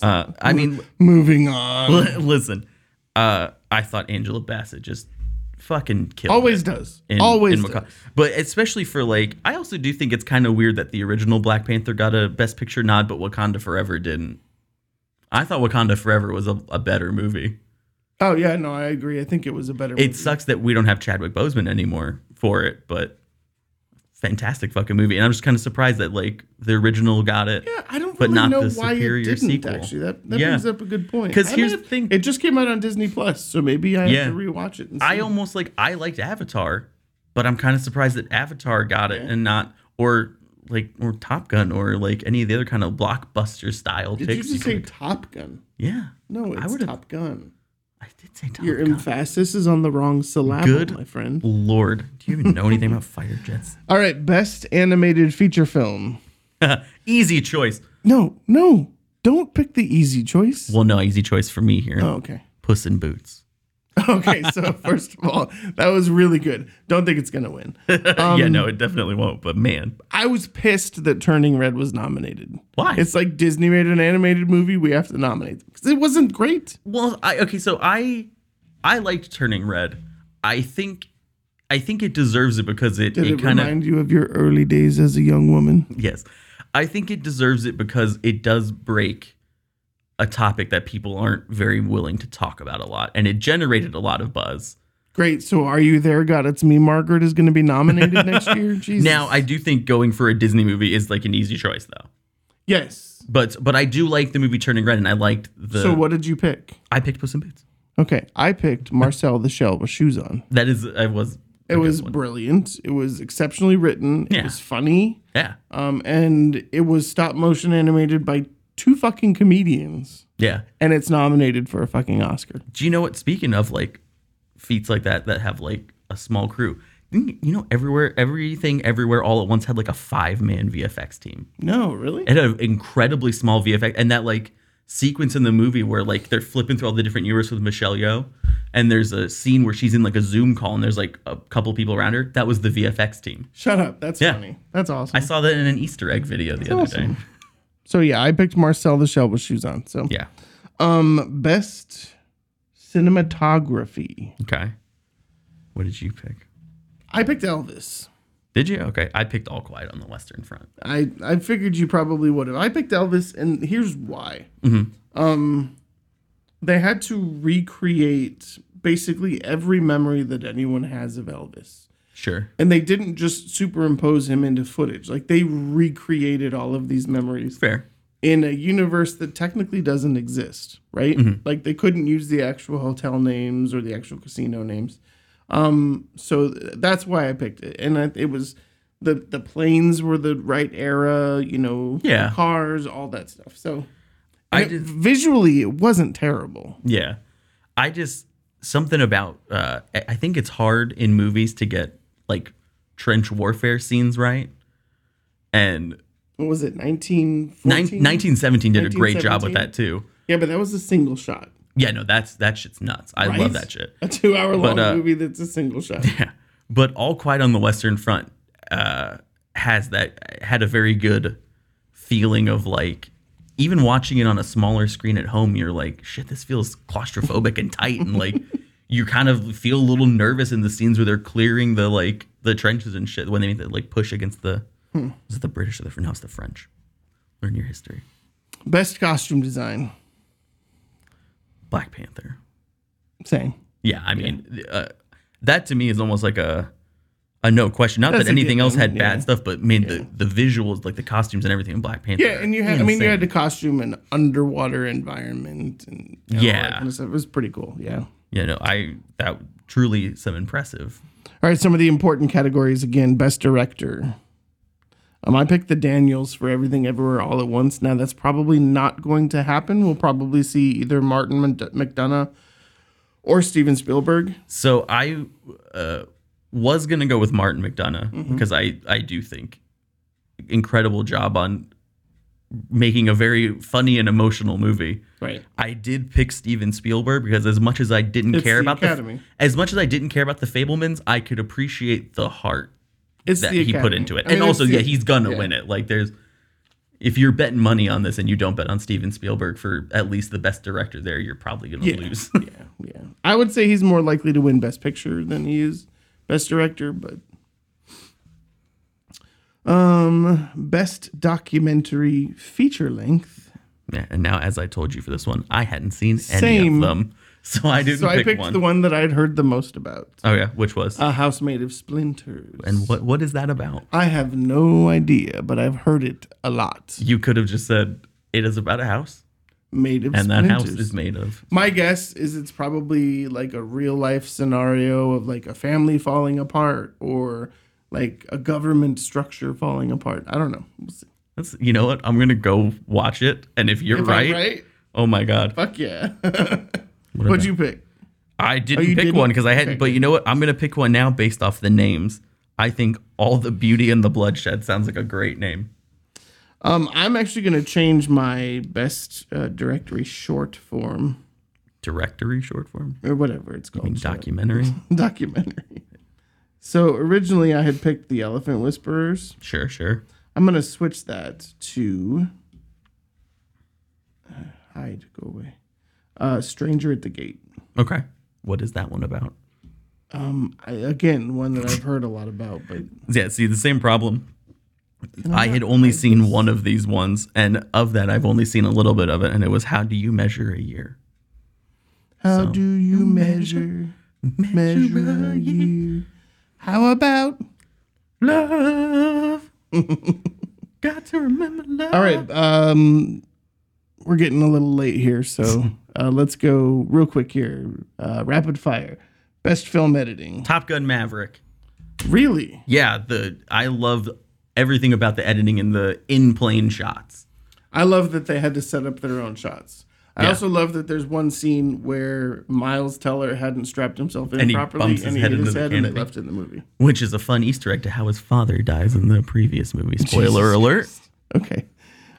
Speaker 3: Uh, I mean,
Speaker 1: moving on.
Speaker 3: li- listen, uh, I thought Angela Bassett just fucking killed.
Speaker 1: Always
Speaker 3: it
Speaker 1: does.
Speaker 3: in-
Speaker 1: Always.
Speaker 3: in
Speaker 1: does.
Speaker 3: Maca- but especially for like, I also do think it's kind of weird that the original Black Panther got a Best Picture nod, but Wakanda Forever didn't. I thought Wakanda Forever was a, a better movie.
Speaker 1: Oh yeah, no, I agree. I think it was a better.
Speaker 3: It
Speaker 1: movie.
Speaker 3: sucks that we don't have Chadwick Boseman anymore for it, but fantastic fucking movie. And I'm just kind of surprised that like the original got it.
Speaker 1: Yeah, I don't
Speaker 3: but
Speaker 1: really
Speaker 3: not
Speaker 1: know
Speaker 3: the
Speaker 1: why it
Speaker 3: superior
Speaker 1: didn't.
Speaker 3: sequel.
Speaker 1: Actually, that, that
Speaker 3: Yeah.
Speaker 1: brings up a good point.
Speaker 3: 'Cause
Speaker 1: I
Speaker 3: here's
Speaker 1: might-
Speaker 3: the thing-
Speaker 1: it just came out on Disney Plus, so maybe I
Speaker 3: Yeah.
Speaker 1: have to rewatch it. And see.
Speaker 3: I almost like I liked Avatar, but I'm kind of surprised that Avatar got it and not or like or Top Gun or like any of the other kind of blockbuster style
Speaker 1: Did you
Speaker 3: picks.
Speaker 1: just say Top Gun?
Speaker 3: yeah,
Speaker 1: No,
Speaker 3: I
Speaker 1: it's
Speaker 3: would've-
Speaker 1: Top Gun.
Speaker 3: I did say Top
Speaker 1: Your
Speaker 3: Gun.
Speaker 1: emphasis is on the wrong syllable,
Speaker 3: Good
Speaker 1: my friend.
Speaker 3: Lord, do you even know anything about fighter jets?
Speaker 1: All right, best animated feature film.
Speaker 3: easy choice.
Speaker 1: No, no, don't pick the easy choice.
Speaker 3: Well, no, easy choice for me here.
Speaker 1: Oh, okay.
Speaker 3: Puss in Boots.
Speaker 1: Okay, so first of all, that was really good. Don't think it's going to win. Um,
Speaker 3: yeah, no, it definitely won't. But man,
Speaker 1: I was pissed that Turning Red was nominated.
Speaker 3: why?
Speaker 1: It's like Disney made an animated movie, we have to nominate them. 'Cause it wasn't great.
Speaker 3: Well, I okay, so I I liked turning red. I think I think it deserves it because it,
Speaker 1: Did it,
Speaker 3: it kind of
Speaker 1: remind you of your early days as a young woman?
Speaker 3: yes. I think it deserves it because it does break a topic that people aren't very willing to talk about a lot and it generated a lot of buzz.
Speaker 1: Great. So are you there? God, it's me, Margaret, is going to be nominated next year. Jesus.
Speaker 3: Now, I do think going for a Disney movie is like an easy choice though.
Speaker 1: Yes.
Speaker 3: But but I do like the movie Turning Red and I liked the
Speaker 1: so what did you pick?
Speaker 3: I picked Puss in Boots.
Speaker 1: Okay, I picked Marcel the Shell with shoes on.
Speaker 3: That is I was
Speaker 1: It was brilliant. It was exceptionally written. It
Speaker 3: Yeah.
Speaker 1: was funny.
Speaker 3: yeah.
Speaker 1: Um, and it was stop motion animated by two fucking comedians,
Speaker 3: Yeah.
Speaker 1: and it's nominated for a fucking Oscar.
Speaker 3: Do you know what? Speaking of like feats like that that have like a small crew, didn't- you know, everywhere, everything, everywhere, all at once had like a five man VFX team.
Speaker 1: No, really?
Speaker 3: It had an incredibly small VFX, and that like sequence in the movie where like they're flipping through all the different universe with Michelle Yeoh, and there's a scene where she's in like a Zoom call, and there's like a couple people around her. That was the VFX team.
Speaker 1: Shut up. That's
Speaker 3: Yeah.
Speaker 1: funny. That's awesome.
Speaker 3: I saw that in an Easter egg video the other day.
Speaker 1: so yeah, I picked Marcel the Shell with shoes on. So
Speaker 3: Yeah.
Speaker 1: um, best cinematography.
Speaker 3: Okay. What did you pick?
Speaker 1: I picked Elvis.
Speaker 3: Did you? Okay. I picked All Quiet on the Western Front.
Speaker 1: I I figured you probably would have. I picked Elvis, and here's why. Um, they had to recreate basically every memory that anyone has of Elvis,
Speaker 3: Sure.
Speaker 1: and they didn't just superimpose him into footage. Like they recreated all of these memories
Speaker 3: Fair.
Speaker 1: in a universe that technically doesn't exist, right?
Speaker 3: Mm-hmm.
Speaker 1: Like they couldn't use the actual hotel names or the actual casino names. Um, so th- that's why I picked it, and I, it was the the planes were the right era, you know,
Speaker 3: Yeah.
Speaker 1: cars, all that stuff. So
Speaker 3: I
Speaker 1: and it-
Speaker 3: did-
Speaker 1: visually, it wasn't terrible.
Speaker 3: Yeah. I just something about uh I I think it's hard in movies to get like trench warfare scenes right. And
Speaker 1: What was it, nineteen
Speaker 3: nine-
Speaker 1: fourteen?
Speaker 3: 1917 did a great job
Speaker 1: 1917?
Speaker 3: with that too.
Speaker 1: Yeah, but that was a single shot.
Speaker 3: Yeah, no, that's that shit's nuts. I
Speaker 1: right?
Speaker 3: love that shit.
Speaker 1: A two hour long
Speaker 3: But, uh,
Speaker 1: movie that's a single shot.
Speaker 3: Yeah. But All Quiet on the Western Front uh, has that had a very good feeling of like even watching it on a smaller screen at home, you're like, shit, this feels claustrophobic and tight and like you kind of feel a little nervous in the scenes where they're clearing the like the trenches and shit when they need to like push against the is it the British or the no, it's the French. Learn your history.
Speaker 1: Best costume design.
Speaker 3: Black Panther.
Speaker 1: Same.
Speaker 3: Yeah, I mean, Uh, that to me is almost like a a no question. Not
Speaker 1: That's
Speaker 3: that
Speaker 1: a
Speaker 3: anything else
Speaker 1: given,
Speaker 3: had
Speaker 1: yeah.
Speaker 3: bad stuff, but man, the, the visuals, like the costumes and everything in Black Panther.
Speaker 1: Yeah, and you had I mean you
Speaker 3: insane.
Speaker 1: had to costume an underwater environment and you know, all that
Speaker 3: Yeah.
Speaker 1: kind of stuff. It was pretty cool. Yeah.
Speaker 3: you know, I that truly some impressive.
Speaker 1: All right, some of the important categories again. Best director. Um, I picked the Daniels for Everything Everywhere All at Once. Now that's probably not going to happen. We'll probably see either Martin Mc- McDonough or Steven Spielberg.
Speaker 3: So I uh, was gonna go with Martin McDonough
Speaker 1: Mm-hmm.
Speaker 3: because I I do think incredible job on making a very funny and emotional movie.
Speaker 1: Right.
Speaker 3: I did pick Steven Spielberg because as much as I didn't
Speaker 1: It's
Speaker 3: care
Speaker 1: the
Speaker 3: about
Speaker 1: Academy.
Speaker 3: the as much as I didn't care about the Fablemans, I could appreciate the heart
Speaker 1: It's
Speaker 3: that
Speaker 1: the
Speaker 3: he put
Speaker 1: Academy.
Speaker 3: into it.
Speaker 1: I mean,
Speaker 3: and also,
Speaker 1: it's the-
Speaker 3: yeah, he's gonna
Speaker 1: yeah.
Speaker 3: win it. Like there's if you're betting money on this and you don't bet on Steven Spielberg for at least the best director there, you're probably gonna
Speaker 1: Yeah.
Speaker 3: lose.
Speaker 1: Yeah, I would say he's more likely to win Best Picture than he is Best Director, but um, Best Documentary Feature Length.
Speaker 3: yeah. And now as I told you for this one, I hadn't seen any
Speaker 1: Same.
Speaker 3: of them. So I didn't
Speaker 1: So
Speaker 3: pick
Speaker 1: I picked
Speaker 3: one.
Speaker 1: the one Uh, that I'd heard the most about,
Speaker 3: Oh yeah, which was.
Speaker 1: A House Made of Splinters.
Speaker 3: and what what is that about?
Speaker 1: I have no idea, but I've heard it a lot.
Speaker 3: You could have just said it is about a house.
Speaker 1: Made of
Speaker 3: And that
Speaker 1: splinters.
Speaker 3: house is made of
Speaker 1: My guess is it's probably like a real life scenario of like a family falling apart or like a government structure falling apart. I don't know. We'll see.
Speaker 3: that's, you know what? I'm gonna go watch it. And if you're
Speaker 1: If I'm
Speaker 3: right, oh my god.
Speaker 1: Fuck yeah. What'd you pick?
Speaker 3: I didn't
Speaker 1: Oh, you
Speaker 3: pick
Speaker 1: didn't?
Speaker 3: one because I hadn't. But you know what? I'm gonna pick one now based off the names. I think all the beauty and the bloodshed sounds like a great name.
Speaker 1: Um, I'm actually gonna change my best uh, directory short form
Speaker 3: Directory short form,
Speaker 1: or whatever it's called
Speaker 3: documentary.
Speaker 1: documentary. So originally I had picked the Elephant Whisperers.
Speaker 3: sure, sure.
Speaker 1: I'm gonna switch that to uh, hide. Go away. Uh, Stranger at the Gate.
Speaker 3: Okay, what is that one about?
Speaker 1: Um, I, again, one that I've heard a lot about, but
Speaker 3: Yeah, see the same problem. I had only seen one of these ones, and of that, I've only seen a little bit of it, and it was how do you measure a year?
Speaker 1: how do you measure measure a year? How about
Speaker 3: Love. Got to remember love.
Speaker 1: All right. Um, we're getting a little late here, so uh, let's go real quick here. Uh, rapid fire. Best film editing.
Speaker 3: Top Gun Maverick.
Speaker 1: Really?
Speaker 3: Yeah, the I love everything about the editing and the in-plane shots.
Speaker 1: I love that they had to set up their own shots. I also love that there's one scene where Miles Teller hadn't strapped himself in
Speaker 3: And he
Speaker 1: properly
Speaker 3: bumps
Speaker 1: and
Speaker 3: his
Speaker 1: he
Speaker 3: head
Speaker 1: hit his
Speaker 3: into the
Speaker 1: head and it
Speaker 3: canopy.
Speaker 1: left in the movie.
Speaker 3: Which is a fun Easter egg to how his father dies in the previous movie. Spoiler alert.
Speaker 1: Okay.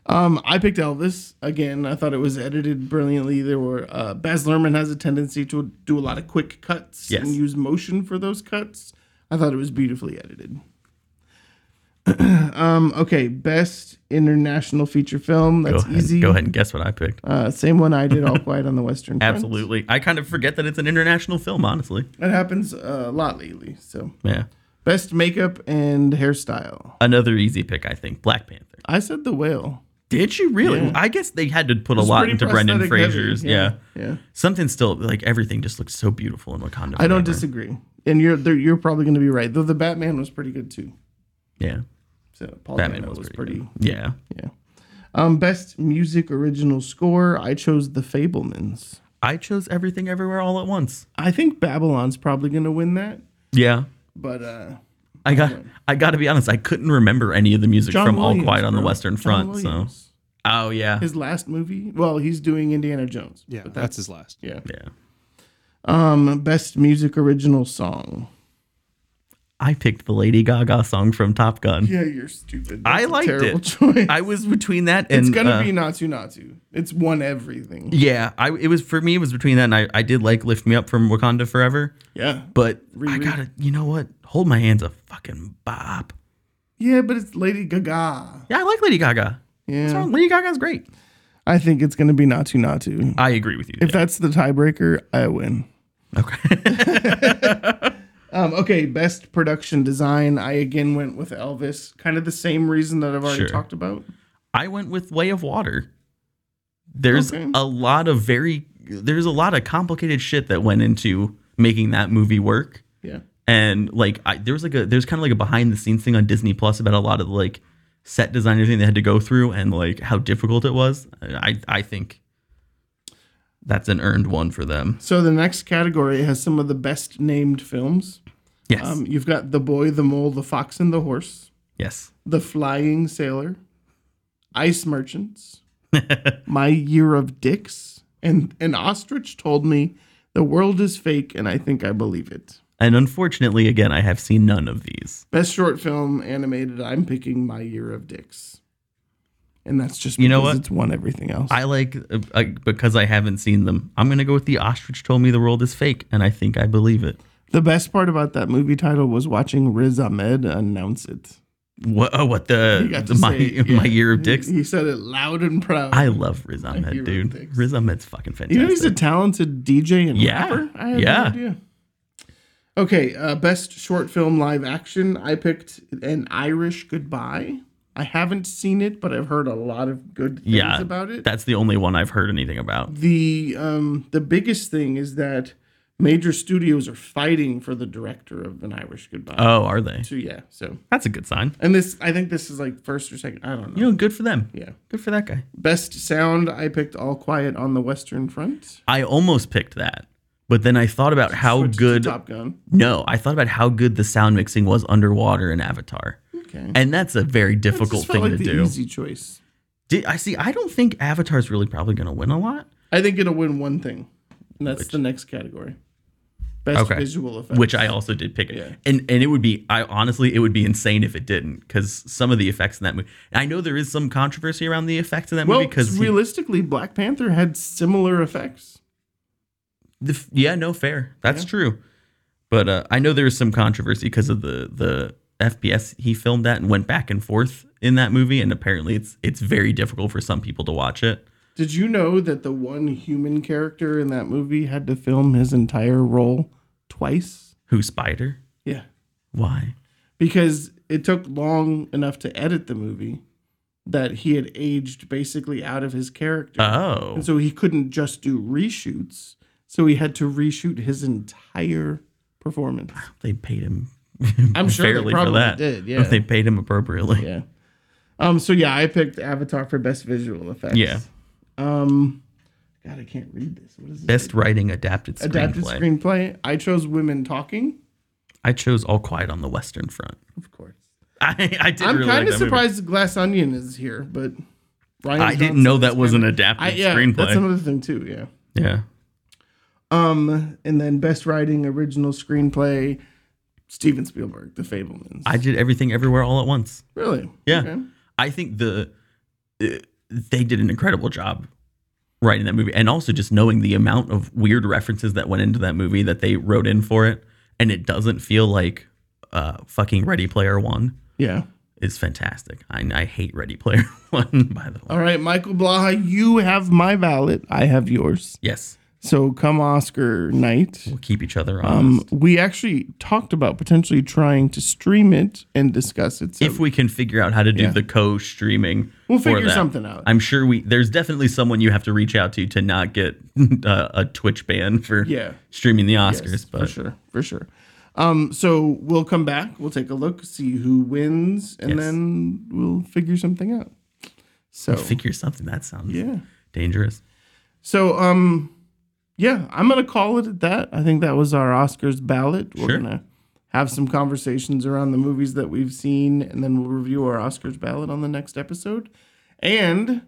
Speaker 1: Um, I picked Elvis again. I thought it was edited brilliantly. There were uh, Baz Luhrmann has a tendency to do a lot of quick cuts
Speaker 3: Yes.
Speaker 1: and use motion for those cuts. I thought it was beautifully edited. um, okay, best international feature film.
Speaker 3: Go
Speaker 1: That's
Speaker 3: ahead,
Speaker 1: easy.
Speaker 3: go ahead and guess what I picked.
Speaker 1: Uh, same one I did. All Quiet on the Western. Front.
Speaker 3: Absolutely. I kind of forget that it's an international film, honestly.
Speaker 1: That happens uh, a lot lately. So
Speaker 3: Yeah.
Speaker 1: best makeup and hairstyle.
Speaker 3: Another easy pick, I think. Black Panther.
Speaker 1: I said the whale.
Speaker 3: Did you really? I guess they had to put a lot
Speaker 1: pretty
Speaker 3: into Brendan
Speaker 1: prosthetic heavy,
Speaker 3: Fraser's.
Speaker 1: yeah,
Speaker 3: Yeah.
Speaker 1: yeah.
Speaker 3: Something still like everything just looks so beautiful in Wakanda.
Speaker 1: I don't
Speaker 3: Forever.
Speaker 1: disagree, and you're there- you're probably going to be right. Though the Batman was pretty good too.
Speaker 3: Yeah.
Speaker 1: So Paul
Speaker 3: Batman
Speaker 1: Dano
Speaker 3: was
Speaker 1: was
Speaker 3: pretty
Speaker 1: pretty.
Speaker 3: good. Yeah.
Speaker 1: yeah. Um, best music original score. I chose The Fablemans.
Speaker 3: I chose everything everywhere all at once.
Speaker 1: I think Babylon's probably going to win that,
Speaker 3: Yeah.
Speaker 1: but uh,
Speaker 3: I got I got to be honest, I couldn't remember any of the music
Speaker 1: John
Speaker 3: from
Speaker 1: Williams,
Speaker 3: All Quiet on the
Speaker 1: bro.
Speaker 3: Western
Speaker 1: John
Speaker 3: Front. So
Speaker 1: Williams.
Speaker 3: Oh yeah.
Speaker 1: his last movie. Well, he's doing Indiana Jones.
Speaker 2: Yeah,
Speaker 1: but
Speaker 2: that's,
Speaker 1: that's,
Speaker 2: his last.
Speaker 1: yeah.
Speaker 3: yeah.
Speaker 1: Um, best music original song.
Speaker 3: I picked the Lady Gaga song from Top Gun.
Speaker 1: Yeah, you're stupid.
Speaker 3: I
Speaker 1: That's a
Speaker 3: liked
Speaker 1: terrible
Speaker 3: it.
Speaker 1: Choice.
Speaker 3: I was between that and
Speaker 1: it's gonna
Speaker 3: uh,
Speaker 1: be Natsu Natsu. It's won everything.
Speaker 3: yeah. I it was for me. It was between that and I, I did like Lift Me Up from Wakanda Forever,
Speaker 1: Yeah,
Speaker 3: but I
Speaker 1: Riri.
Speaker 3: gotta you know what? Hold my hands a fucking bop.
Speaker 1: yeah, but it's Lady Gaga.
Speaker 3: Yeah, I like Lady Gaga.
Speaker 1: Yeah,
Speaker 3: So Lady Gaga's great.
Speaker 1: I think it's gonna be Natsu Natsu.
Speaker 3: I agree with you.
Speaker 1: If that's the tiebreaker, I win.
Speaker 3: there. okay.
Speaker 1: Um, okay, best production design. I again went with Elvis. Kind of the same reason that I've already
Speaker 3: Sure.
Speaker 1: talked about.
Speaker 3: I went with Way of Water. There's
Speaker 1: Okay.
Speaker 3: a lot of very there's a lot of complicated shit that went into making that movie work.
Speaker 1: Yeah.
Speaker 3: and like I, there was like a there's kind of like a behind the scenes thing on Disney Plus about a lot of like set designer thing they had to go through and like how difficult it was. I I think that's an earned one for them.
Speaker 1: So the next category has some of the best named films.
Speaker 3: Yes,
Speaker 1: Um, you've got The Boy, The Mole, The Fox and the Horse,
Speaker 3: yes.
Speaker 1: The Flying Sailor, Ice Merchants, My Year of Dicks, and an ostrich told me the world is fake, and I think I believe it.
Speaker 3: And unfortunately, again, I have seen none of these.
Speaker 1: Best short film animated. I'm picking My Year of Dicks, and that's just
Speaker 3: You know
Speaker 1: because
Speaker 3: what?
Speaker 1: it's won everything else.
Speaker 3: I like uh, I, because I haven't seen them. I'm gonna go with the ostrich told me the world is fake, and I think I believe it.
Speaker 1: the best part about that movie title was watching Riz Ahmed announce it.
Speaker 3: What? Oh, what
Speaker 1: He
Speaker 3: the,
Speaker 1: got
Speaker 3: the
Speaker 1: to
Speaker 3: my
Speaker 1: say it, yeah.
Speaker 3: my year of
Speaker 1: He-
Speaker 3: dicks?
Speaker 1: He, said it loud and proud.
Speaker 3: I love Riz
Speaker 1: year
Speaker 3: Ahmed,
Speaker 1: of
Speaker 3: dude.
Speaker 1: dicks.
Speaker 3: Riz Ahmed's fucking fantastic.
Speaker 1: You know he's a talented DJ and
Speaker 3: Yeah.
Speaker 1: rapper. I had
Speaker 3: Yeah.
Speaker 1: no idea. Okay, uh, best short film live action. I picked an Irish Goodbye. I haven't seen it, but I've heard a lot of good things
Speaker 3: Yeah,
Speaker 1: about it.
Speaker 3: That's the only one I've heard anything about.
Speaker 1: the um, the biggest thing is that major studios are fighting for the director of an Irish Goodbye.
Speaker 3: Oh, are they?
Speaker 1: so yeah, so
Speaker 3: That's a good sign.
Speaker 1: and this I think this is like first or second. I don't know.
Speaker 3: You know, good for them.
Speaker 1: Yeah.
Speaker 3: Good for that guy.
Speaker 1: Best sound. I picked All Quiet on the Western Front.
Speaker 3: I almost picked that, but then I thought about how
Speaker 1: Switched to
Speaker 3: good.
Speaker 1: Top Gun.
Speaker 3: No, I thought about how good the sound mixing was underwater in Avatar,
Speaker 1: Okay.
Speaker 3: and that's a very
Speaker 1: That
Speaker 3: difficult
Speaker 1: just felt
Speaker 3: thing
Speaker 1: like
Speaker 3: to
Speaker 1: the
Speaker 3: do.
Speaker 1: Easy choice.
Speaker 3: Did, I see. I don't think Avatar's really probably going to win a lot,
Speaker 1: I think it'll win one thing, and that's the next category. Best
Speaker 3: Okay.
Speaker 1: visual effects.
Speaker 3: which I also did pick.
Speaker 1: Yeah.
Speaker 3: And and it would be, I honestly, it would be insane if it didn't, because some of the effects in that movie. I know there is some controversy around the effects in that
Speaker 1: well,
Speaker 3: movie because
Speaker 1: realistically, Black Panther had similar effects.
Speaker 3: The, f- yeah, no, fair. That's true. But uh, I know there was some controversy because of the the FPS he filmed at and went back and forth in that movie, and apparently it's it's very difficult for some people to watch it.
Speaker 1: Did you know that the one human character in that movie had to film his entire role twice?
Speaker 3: Who Spider?
Speaker 1: Yeah,
Speaker 3: Why?
Speaker 1: because it took long enough to edit the movie that he had aged basically out of his character,
Speaker 3: Oh,
Speaker 1: and so he couldn't just do reshoots. So he had to reshoot his entire performance.
Speaker 3: they paid him.
Speaker 1: I'm sure they probably did, yeah.
Speaker 3: Oh, they paid him appropriately.
Speaker 1: Yeah. Um. So yeah, I picked Avatar for best visual effects.
Speaker 3: Yeah.
Speaker 1: Um. God, I can't read this. What is this?
Speaker 3: Best writing adapted screenplay.
Speaker 1: adapted screenplay. I chose women talking.
Speaker 3: I chose All Quiet on the Western Front.
Speaker 1: Of course.
Speaker 3: I, I did.
Speaker 1: I'm kind of
Speaker 3: really like that movie.
Speaker 1: surprised Glass Onion is here, but Ryan
Speaker 3: I
Speaker 1: Johnson
Speaker 3: didn't know that
Speaker 1: is
Speaker 3: was an
Speaker 1: kinda-
Speaker 3: adapted
Speaker 1: I, yeah,
Speaker 3: screenplay.
Speaker 1: that's another thing too. Yeah.
Speaker 3: yeah.
Speaker 1: Um. And then best writing original screenplay. Steven Spielberg, The Fablemans.
Speaker 3: I did everything everywhere all at once.
Speaker 1: really.
Speaker 3: Yeah.
Speaker 1: Okay.
Speaker 3: I think the uh, they did an incredible job writing that movie, and also just knowing the amount of weird references that went into that movie that they wrote in for it, and it doesn't feel like uh, fucking Ready Player One
Speaker 1: Yeah.
Speaker 3: is fantastic. I, I hate Ready Player One, by the way.
Speaker 1: All right, Michael Blaha, you have my ballot. I have yours.
Speaker 3: Yes,
Speaker 1: So come Oscar night.
Speaker 3: we'll keep each other
Speaker 1: Um,
Speaker 3: honest.
Speaker 1: we actually talked about potentially trying to stream it and discuss it. So
Speaker 3: if we can figure out how to do
Speaker 1: Yeah.
Speaker 3: the co-streaming,
Speaker 1: we'll
Speaker 3: for
Speaker 1: figure
Speaker 3: that.
Speaker 1: something out.
Speaker 3: I'm sure we there's definitely someone you have to reach out to to not get uh, a Twitch ban for
Speaker 1: Yeah.
Speaker 3: streaming the Oscars,
Speaker 1: Yes,
Speaker 3: but
Speaker 1: for sure, for sure. Um, so we'll come back. We'll take a look, see who wins, and
Speaker 3: Yes.
Speaker 1: then we'll figure something out. So
Speaker 3: figure something that sounds
Speaker 1: yeah.
Speaker 3: dangerous.
Speaker 1: So um, yeah, I'm gonna call it at that. I think that was our Oscars ballot. We're
Speaker 3: Sure.
Speaker 1: gonna have some conversations around the movies that we've seen, and then we'll review our Oscars ballot on the next episode. And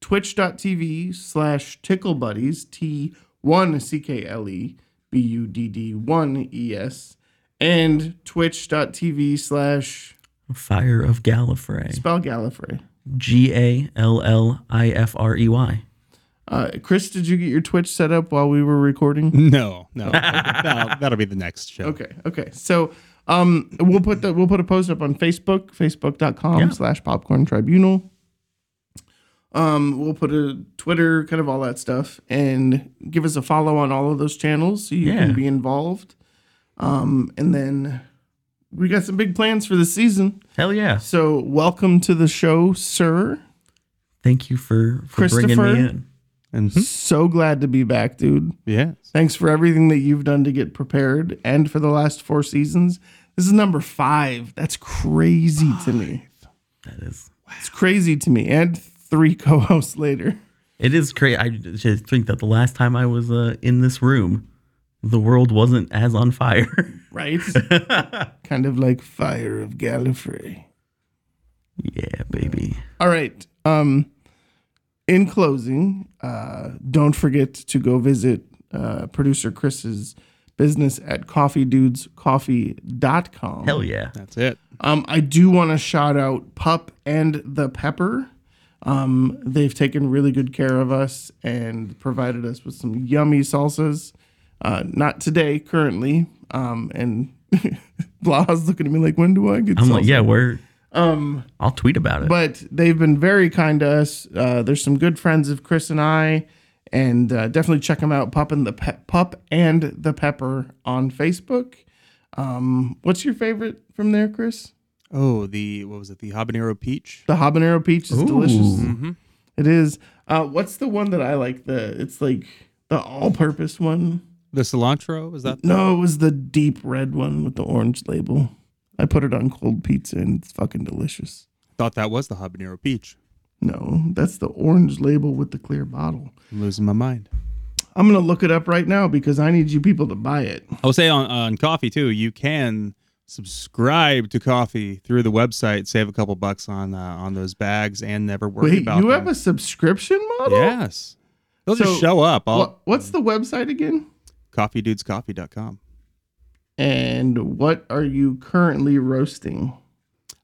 Speaker 1: twitch.tv slash tickle E buddies t1 c-k-l-e b-u-d-d 1 e-s E and twitch.tv slash
Speaker 3: Fire of Gallifrey.
Speaker 1: spell Gallifrey.
Speaker 3: G A L L I F R E Y.
Speaker 1: Uh, Chris, did you get your Twitch set up while we were recording?
Speaker 2: No, no, that'll, that'll be the next show.
Speaker 1: Okay. Okay. So um, we'll put the we'll put a post up on Facebook, facebook.com
Speaker 3: Yeah.
Speaker 1: slash popcorn tribunal. Um, we'll put a Twitter, kind of all that stuff, and give us a follow on all of those channels so you
Speaker 3: Yeah.
Speaker 1: can be involved. Um, and then we got some big plans for the season.
Speaker 3: Hell yeah.
Speaker 1: So welcome to the show, sir.
Speaker 3: Thank you for, for bringing
Speaker 1: Christopher?
Speaker 3: me in.
Speaker 2: And
Speaker 1: So glad to be back, dude.
Speaker 2: yes,
Speaker 1: Thanks for everything that you've done to get prepared and for the last four seasons. This is number five. That's crazy to me.
Speaker 3: That is.
Speaker 1: It's crazy to me. And three co hosts later.
Speaker 3: It is crazy. I just think that the last time I was uh, in this room, the world wasn't as on fire.
Speaker 1: Right? kind of like Fire of Gallifrey.
Speaker 3: yeah, baby.
Speaker 1: All right. Um, in closing, uh, don't forget to go visit uh, producer Chris's business at coffeedudescoffee.com.
Speaker 3: Hell yeah.
Speaker 2: that's it.
Speaker 1: Um, I do want to shout out Pup and the Pepper. Um, they've taken really good care of us and provided us with some yummy salsas. Uh, not today, currently. Um, and Blaha's looking at me like, when do I get?
Speaker 3: I'm
Speaker 1: salsa?
Speaker 3: like, yeah, we're.
Speaker 1: Um,
Speaker 3: I'll tweet about it.
Speaker 1: but they've been very kind to us. Uh, they're some good friends of Chris and I, and uh, definitely check them out. Pup and the Pe- Pup and the Pepper on Facebook. Um, what's your favorite from there, Chris?
Speaker 2: Oh, the what was it? The habanero peach.
Speaker 1: The habanero peach is delicious.
Speaker 3: Ooh.
Speaker 2: Mm-hmm.
Speaker 1: It is. Uh, what's the one that I like? The it's like the all-purpose one.
Speaker 2: The cilantro is that?
Speaker 1: No, it was the deep red one with the orange label. I put it on cold pizza and it's fucking delicious.
Speaker 2: Thought that was the habanero peach.
Speaker 1: No, that's the orange label with the clear bottle.
Speaker 2: I'm losing my mind.
Speaker 1: I'm gonna look it up right now because I need you people to buy it.
Speaker 2: I will say on on coffee too. You can subscribe to coffee through the website. Save a couple bucks on uh, on those bags and never worry
Speaker 1: Wait,
Speaker 2: about.
Speaker 1: you
Speaker 2: them.
Speaker 1: have a subscription model?
Speaker 2: yes. They'll
Speaker 1: So,
Speaker 2: just show up. I'll,
Speaker 1: What, what's the website again?
Speaker 2: CoffeeDudesCoffee.com.
Speaker 1: And what are you currently roasting?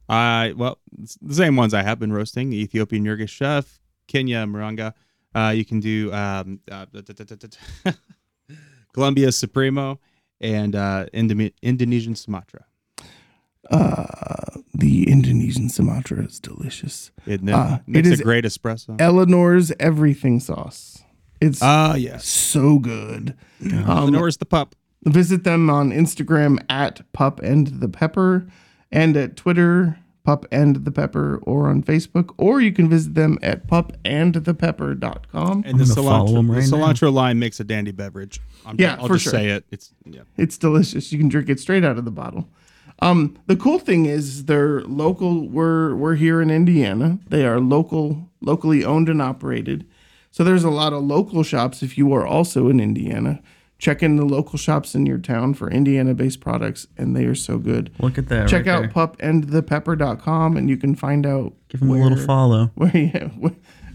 Speaker 2: I Uh, well, it's the same ones I have been roasting: the Ethiopian Yurgis chef, Kenya Muranga. Uh, you can do um, uh, da- da- da- da- da- da- Colombia Supremo and uh, Indome- Indonesian Sumatra.
Speaker 1: Uh, the Indonesian Sumatra is delicious.
Speaker 2: It
Speaker 1: Ah, it
Speaker 2: makes
Speaker 1: is-
Speaker 2: a great espresso.
Speaker 1: Eleanor's everything sauce. It's
Speaker 2: Ah, yes.
Speaker 1: so good. Um,
Speaker 2: Lenore's the pup.
Speaker 1: visit them on Instagram at Pup and the Pepper and at Twitter, Pup and the Pepper, or on Facebook, or you can visit them at pupandthepepper.com.
Speaker 2: And the
Speaker 3: I'm gonna follow
Speaker 2: cilantro,
Speaker 3: him right
Speaker 2: the
Speaker 3: now.
Speaker 2: cilantro lime makes a dandy beverage. I'm,
Speaker 1: Yeah,
Speaker 2: I'll
Speaker 1: for
Speaker 2: just
Speaker 1: sure.
Speaker 2: say it. It's yeah.
Speaker 1: It's delicious. You can drink it straight out of the bottle. Um, the cool thing is they're local. We're we're here in Indiana. They are local, locally owned and operated. So there's a lot of local shops. If you are also in Indiana, check in the local shops in your town for Indiana-based products, and they are so good.
Speaker 3: Look at that.
Speaker 1: check
Speaker 3: right
Speaker 1: out
Speaker 3: there.
Speaker 1: pupandthepepper.com, and you can find out
Speaker 3: Give him a little follow.
Speaker 1: where, yeah,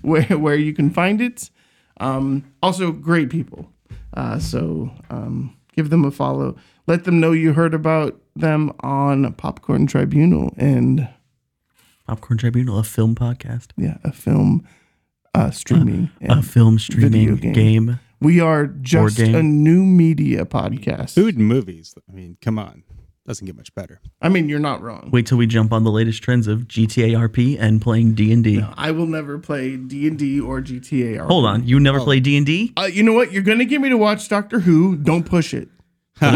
Speaker 1: where where you can find it. Um, also, great people. Uh, so um, give them a follow. Let them know you heard about them on Popcorn Tribunal and
Speaker 3: Popcorn Tribunal, a film podcast,
Speaker 1: yeah, a film uh, streaming. and
Speaker 3: a film streaming
Speaker 1: video game.
Speaker 3: game.
Speaker 1: we are just
Speaker 3: game.
Speaker 1: a new media podcast.
Speaker 2: Food and movies. I mean, come on. Doesn't get much better.
Speaker 1: I mean, you're not wrong.
Speaker 3: Wait till we jump on the latest trends of GTA RP and playing D and D.
Speaker 1: I will never play D and D or GTA. or-
Speaker 3: Hold on, you never play D and D?
Speaker 1: Uh, you know what? You're gonna get me to watch Doctor Who. Don't push it.
Speaker 3: What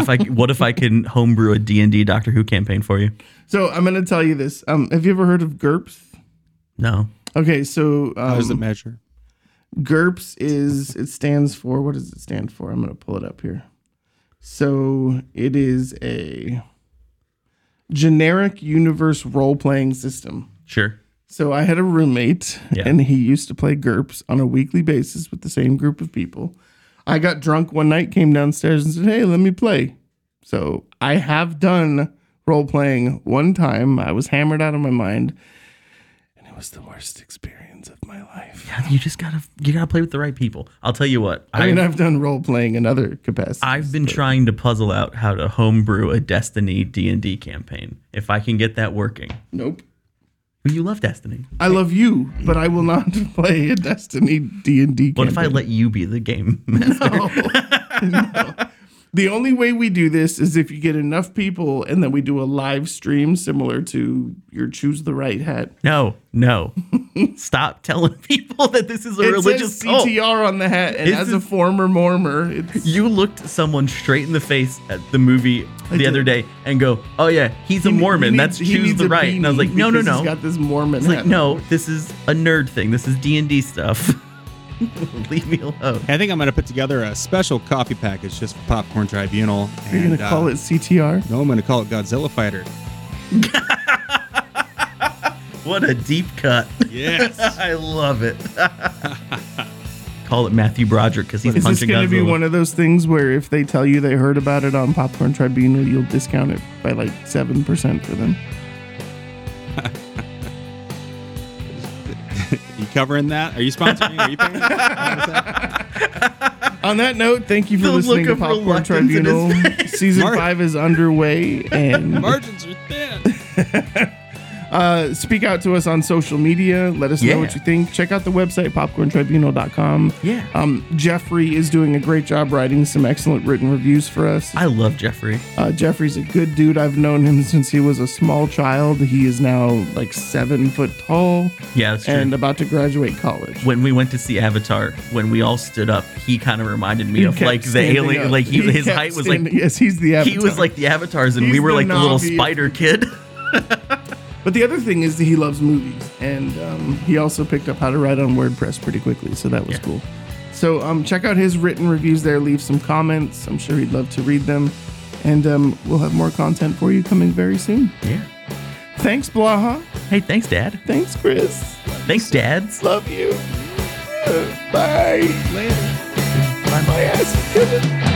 Speaker 3: if I what if I can homebrew a D and D Doctor Who campaign for you?
Speaker 1: So I'm gonna tell you this. Um, have you ever heard of GURPS?
Speaker 3: No,
Speaker 1: Okay, so
Speaker 2: How does it
Speaker 1: um,
Speaker 2: measure?
Speaker 1: GURPS is it stands for what does it stand for? I'm gonna pull it up here. So it is a generic universe role playing system.
Speaker 3: sure.
Speaker 1: So I had a roommate,
Speaker 3: Yeah.
Speaker 1: and he used to play GURPS on a weekly basis with the same group of people. I got drunk one night, came downstairs, and said, "Hey, let me play." So I have done role playing one time. I was hammered out of my mind, and it was the worst experience of my life.
Speaker 3: God, you just gotta you gotta play with the right people. I'll tell you what.
Speaker 1: I mean,
Speaker 3: I've,
Speaker 1: I've done role playing in other capacities.
Speaker 3: I've been trying to puzzle out how to homebrew a Destiny D and D campaign. If I can get that working,
Speaker 1: nope.
Speaker 3: well, you love Destiny.
Speaker 1: I love you, but I will not play a Destiny D and D.
Speaker 3: What if I let you be the game master?
Speaker 1: The only way we do this is if you get enough people, and then we do a live stream similar to your choose the right hat.
Speaker 3: No, no. Stop telling people that this is a
Speaker 1: It
Speaker 3: religious
Speaker 1: says
Speaker 3: cult.
Speaker 1: CTR on the hat, and
Speaker 3: It's
Speaker 1: as a
Speaker 3: just-
Speaker 1: former Mormor, it's
Speaker 3: You looked someone straight in the face at the movie the
Speaker 1: did.
Speaker 3: other day and go, "Oh yeah, he's a
Speaker 1: he- he
Speaker 3: Mormon.
Speaker 1: needs-
Speaker 3: That's
Speaker 1: he
Speaker 3: choose
Speaker 1: needs
Speaker 3: the
Speaker 1: a
Speaker 3: right." And I was
Speaker 1: beanie
Speaker 3: like, "No, no,
Speaker 1: because
Speaker 3: no."
Speaker 1: He's got this Mormon
Speaker 3: It's
Speaker 1: hat.
Speaker 3: like, no, this is a nerd thing. This is D and D stuff. Leave me alone.
Speaker 2: I think I'm going to put together a special coffee package just for Popcorn Tribunal. uh,
Speaker 1: You're gonna call it CTR.
Speaker 2: No, I'm going to call it Godzilla Fighter.
Speaker 3: What a deep cut.
Speaker 2: Yes.
Speaker 3: I love it. Call it Matthew Broderick because he's
Speaker 1: Is this
Speaker 3: punching
Speaker 1: going to be
Speaker 3: Godzilla.
Speaker 1: one of those things where if they tell you they heard about it on Popcorn Tribunal, you'll discount it by like 7% for them?
Speaker 2: you covering that? Are you sponsoring? Are you paying?
Speaker 1: On that note, thank you for
Speaker 3: The look
Speaker 1: listening to
Speaker 3: of
Speaker 1: Popcorn
Speaker 3: reluctance in his
Speaker 1: Tribunal. Season
Speaker 2: Mark.
Speaker 1: 5 is underway. And
Speaker 2: Margins are thin.
Speaker 1: uh, speak out to us on social media. Let us
Speaker 3: Yeah.
Speaker 1: know what you think. Check out the website, popcorntribunal.com.
Speaker 3: Yeah.
Speaker 1: Um, Jeffrey is doing a great job writing some excellent written reviews for us.
Speaker 3: I love Jeffrey.
Speaker 1: Uh, Jeffrey's a good dude. I've known him since he was a small child. He is now like seven foot tall.
Speaker 3: Yeah, that's true.
Speaker 1: and about to graduate college.
Speaker 3: when we went to see Avatar, when we all stood up, he kind of reminded me
Speaker 1: He
Speaker 3: of
Speaker 1: kept
Speaker 3: like the
Speaker 1: standing
Speaker 3: alien,
Speaker 1: up.
Speaker 3: like he,
Speaker 1: He
Speaker 3: his
Speaker 1: kept
Speaker 3: height was
Speaker 1: standing-
Speaker 3: like
Speaker 1: yes, he's the avatar.
Speaker 3: he was like the avatars, and
Speaker 1: He's
Speaker 3: we were
Speaker 1: the
Speaker 3: like the little
Speaker 1: Na'vi.
Speaker 3: spider kid.
Speaker 1: But the other thing is that he loves movies, and um, he also picked up how to write on WordPress pretty quickly, so that was
Speaker 3: Yeah.
Speaker 1: cool. So um, check out his written reviews there. Leave some comments. I'm sure he'd love to read them, and um, we'll have more content for you coming very soon.
Speaker 3: yeah.
Speaker 1: Thanks, Blaha.
Speaker 3: Hey, thanks, Dad.
Speaker 1: Thanks, Chris.
Speaker 3: Thanks, Dads.
Speaker 1: Love you. Bye.
Speaker 2: Later.
Speaker 1: My ass is coming.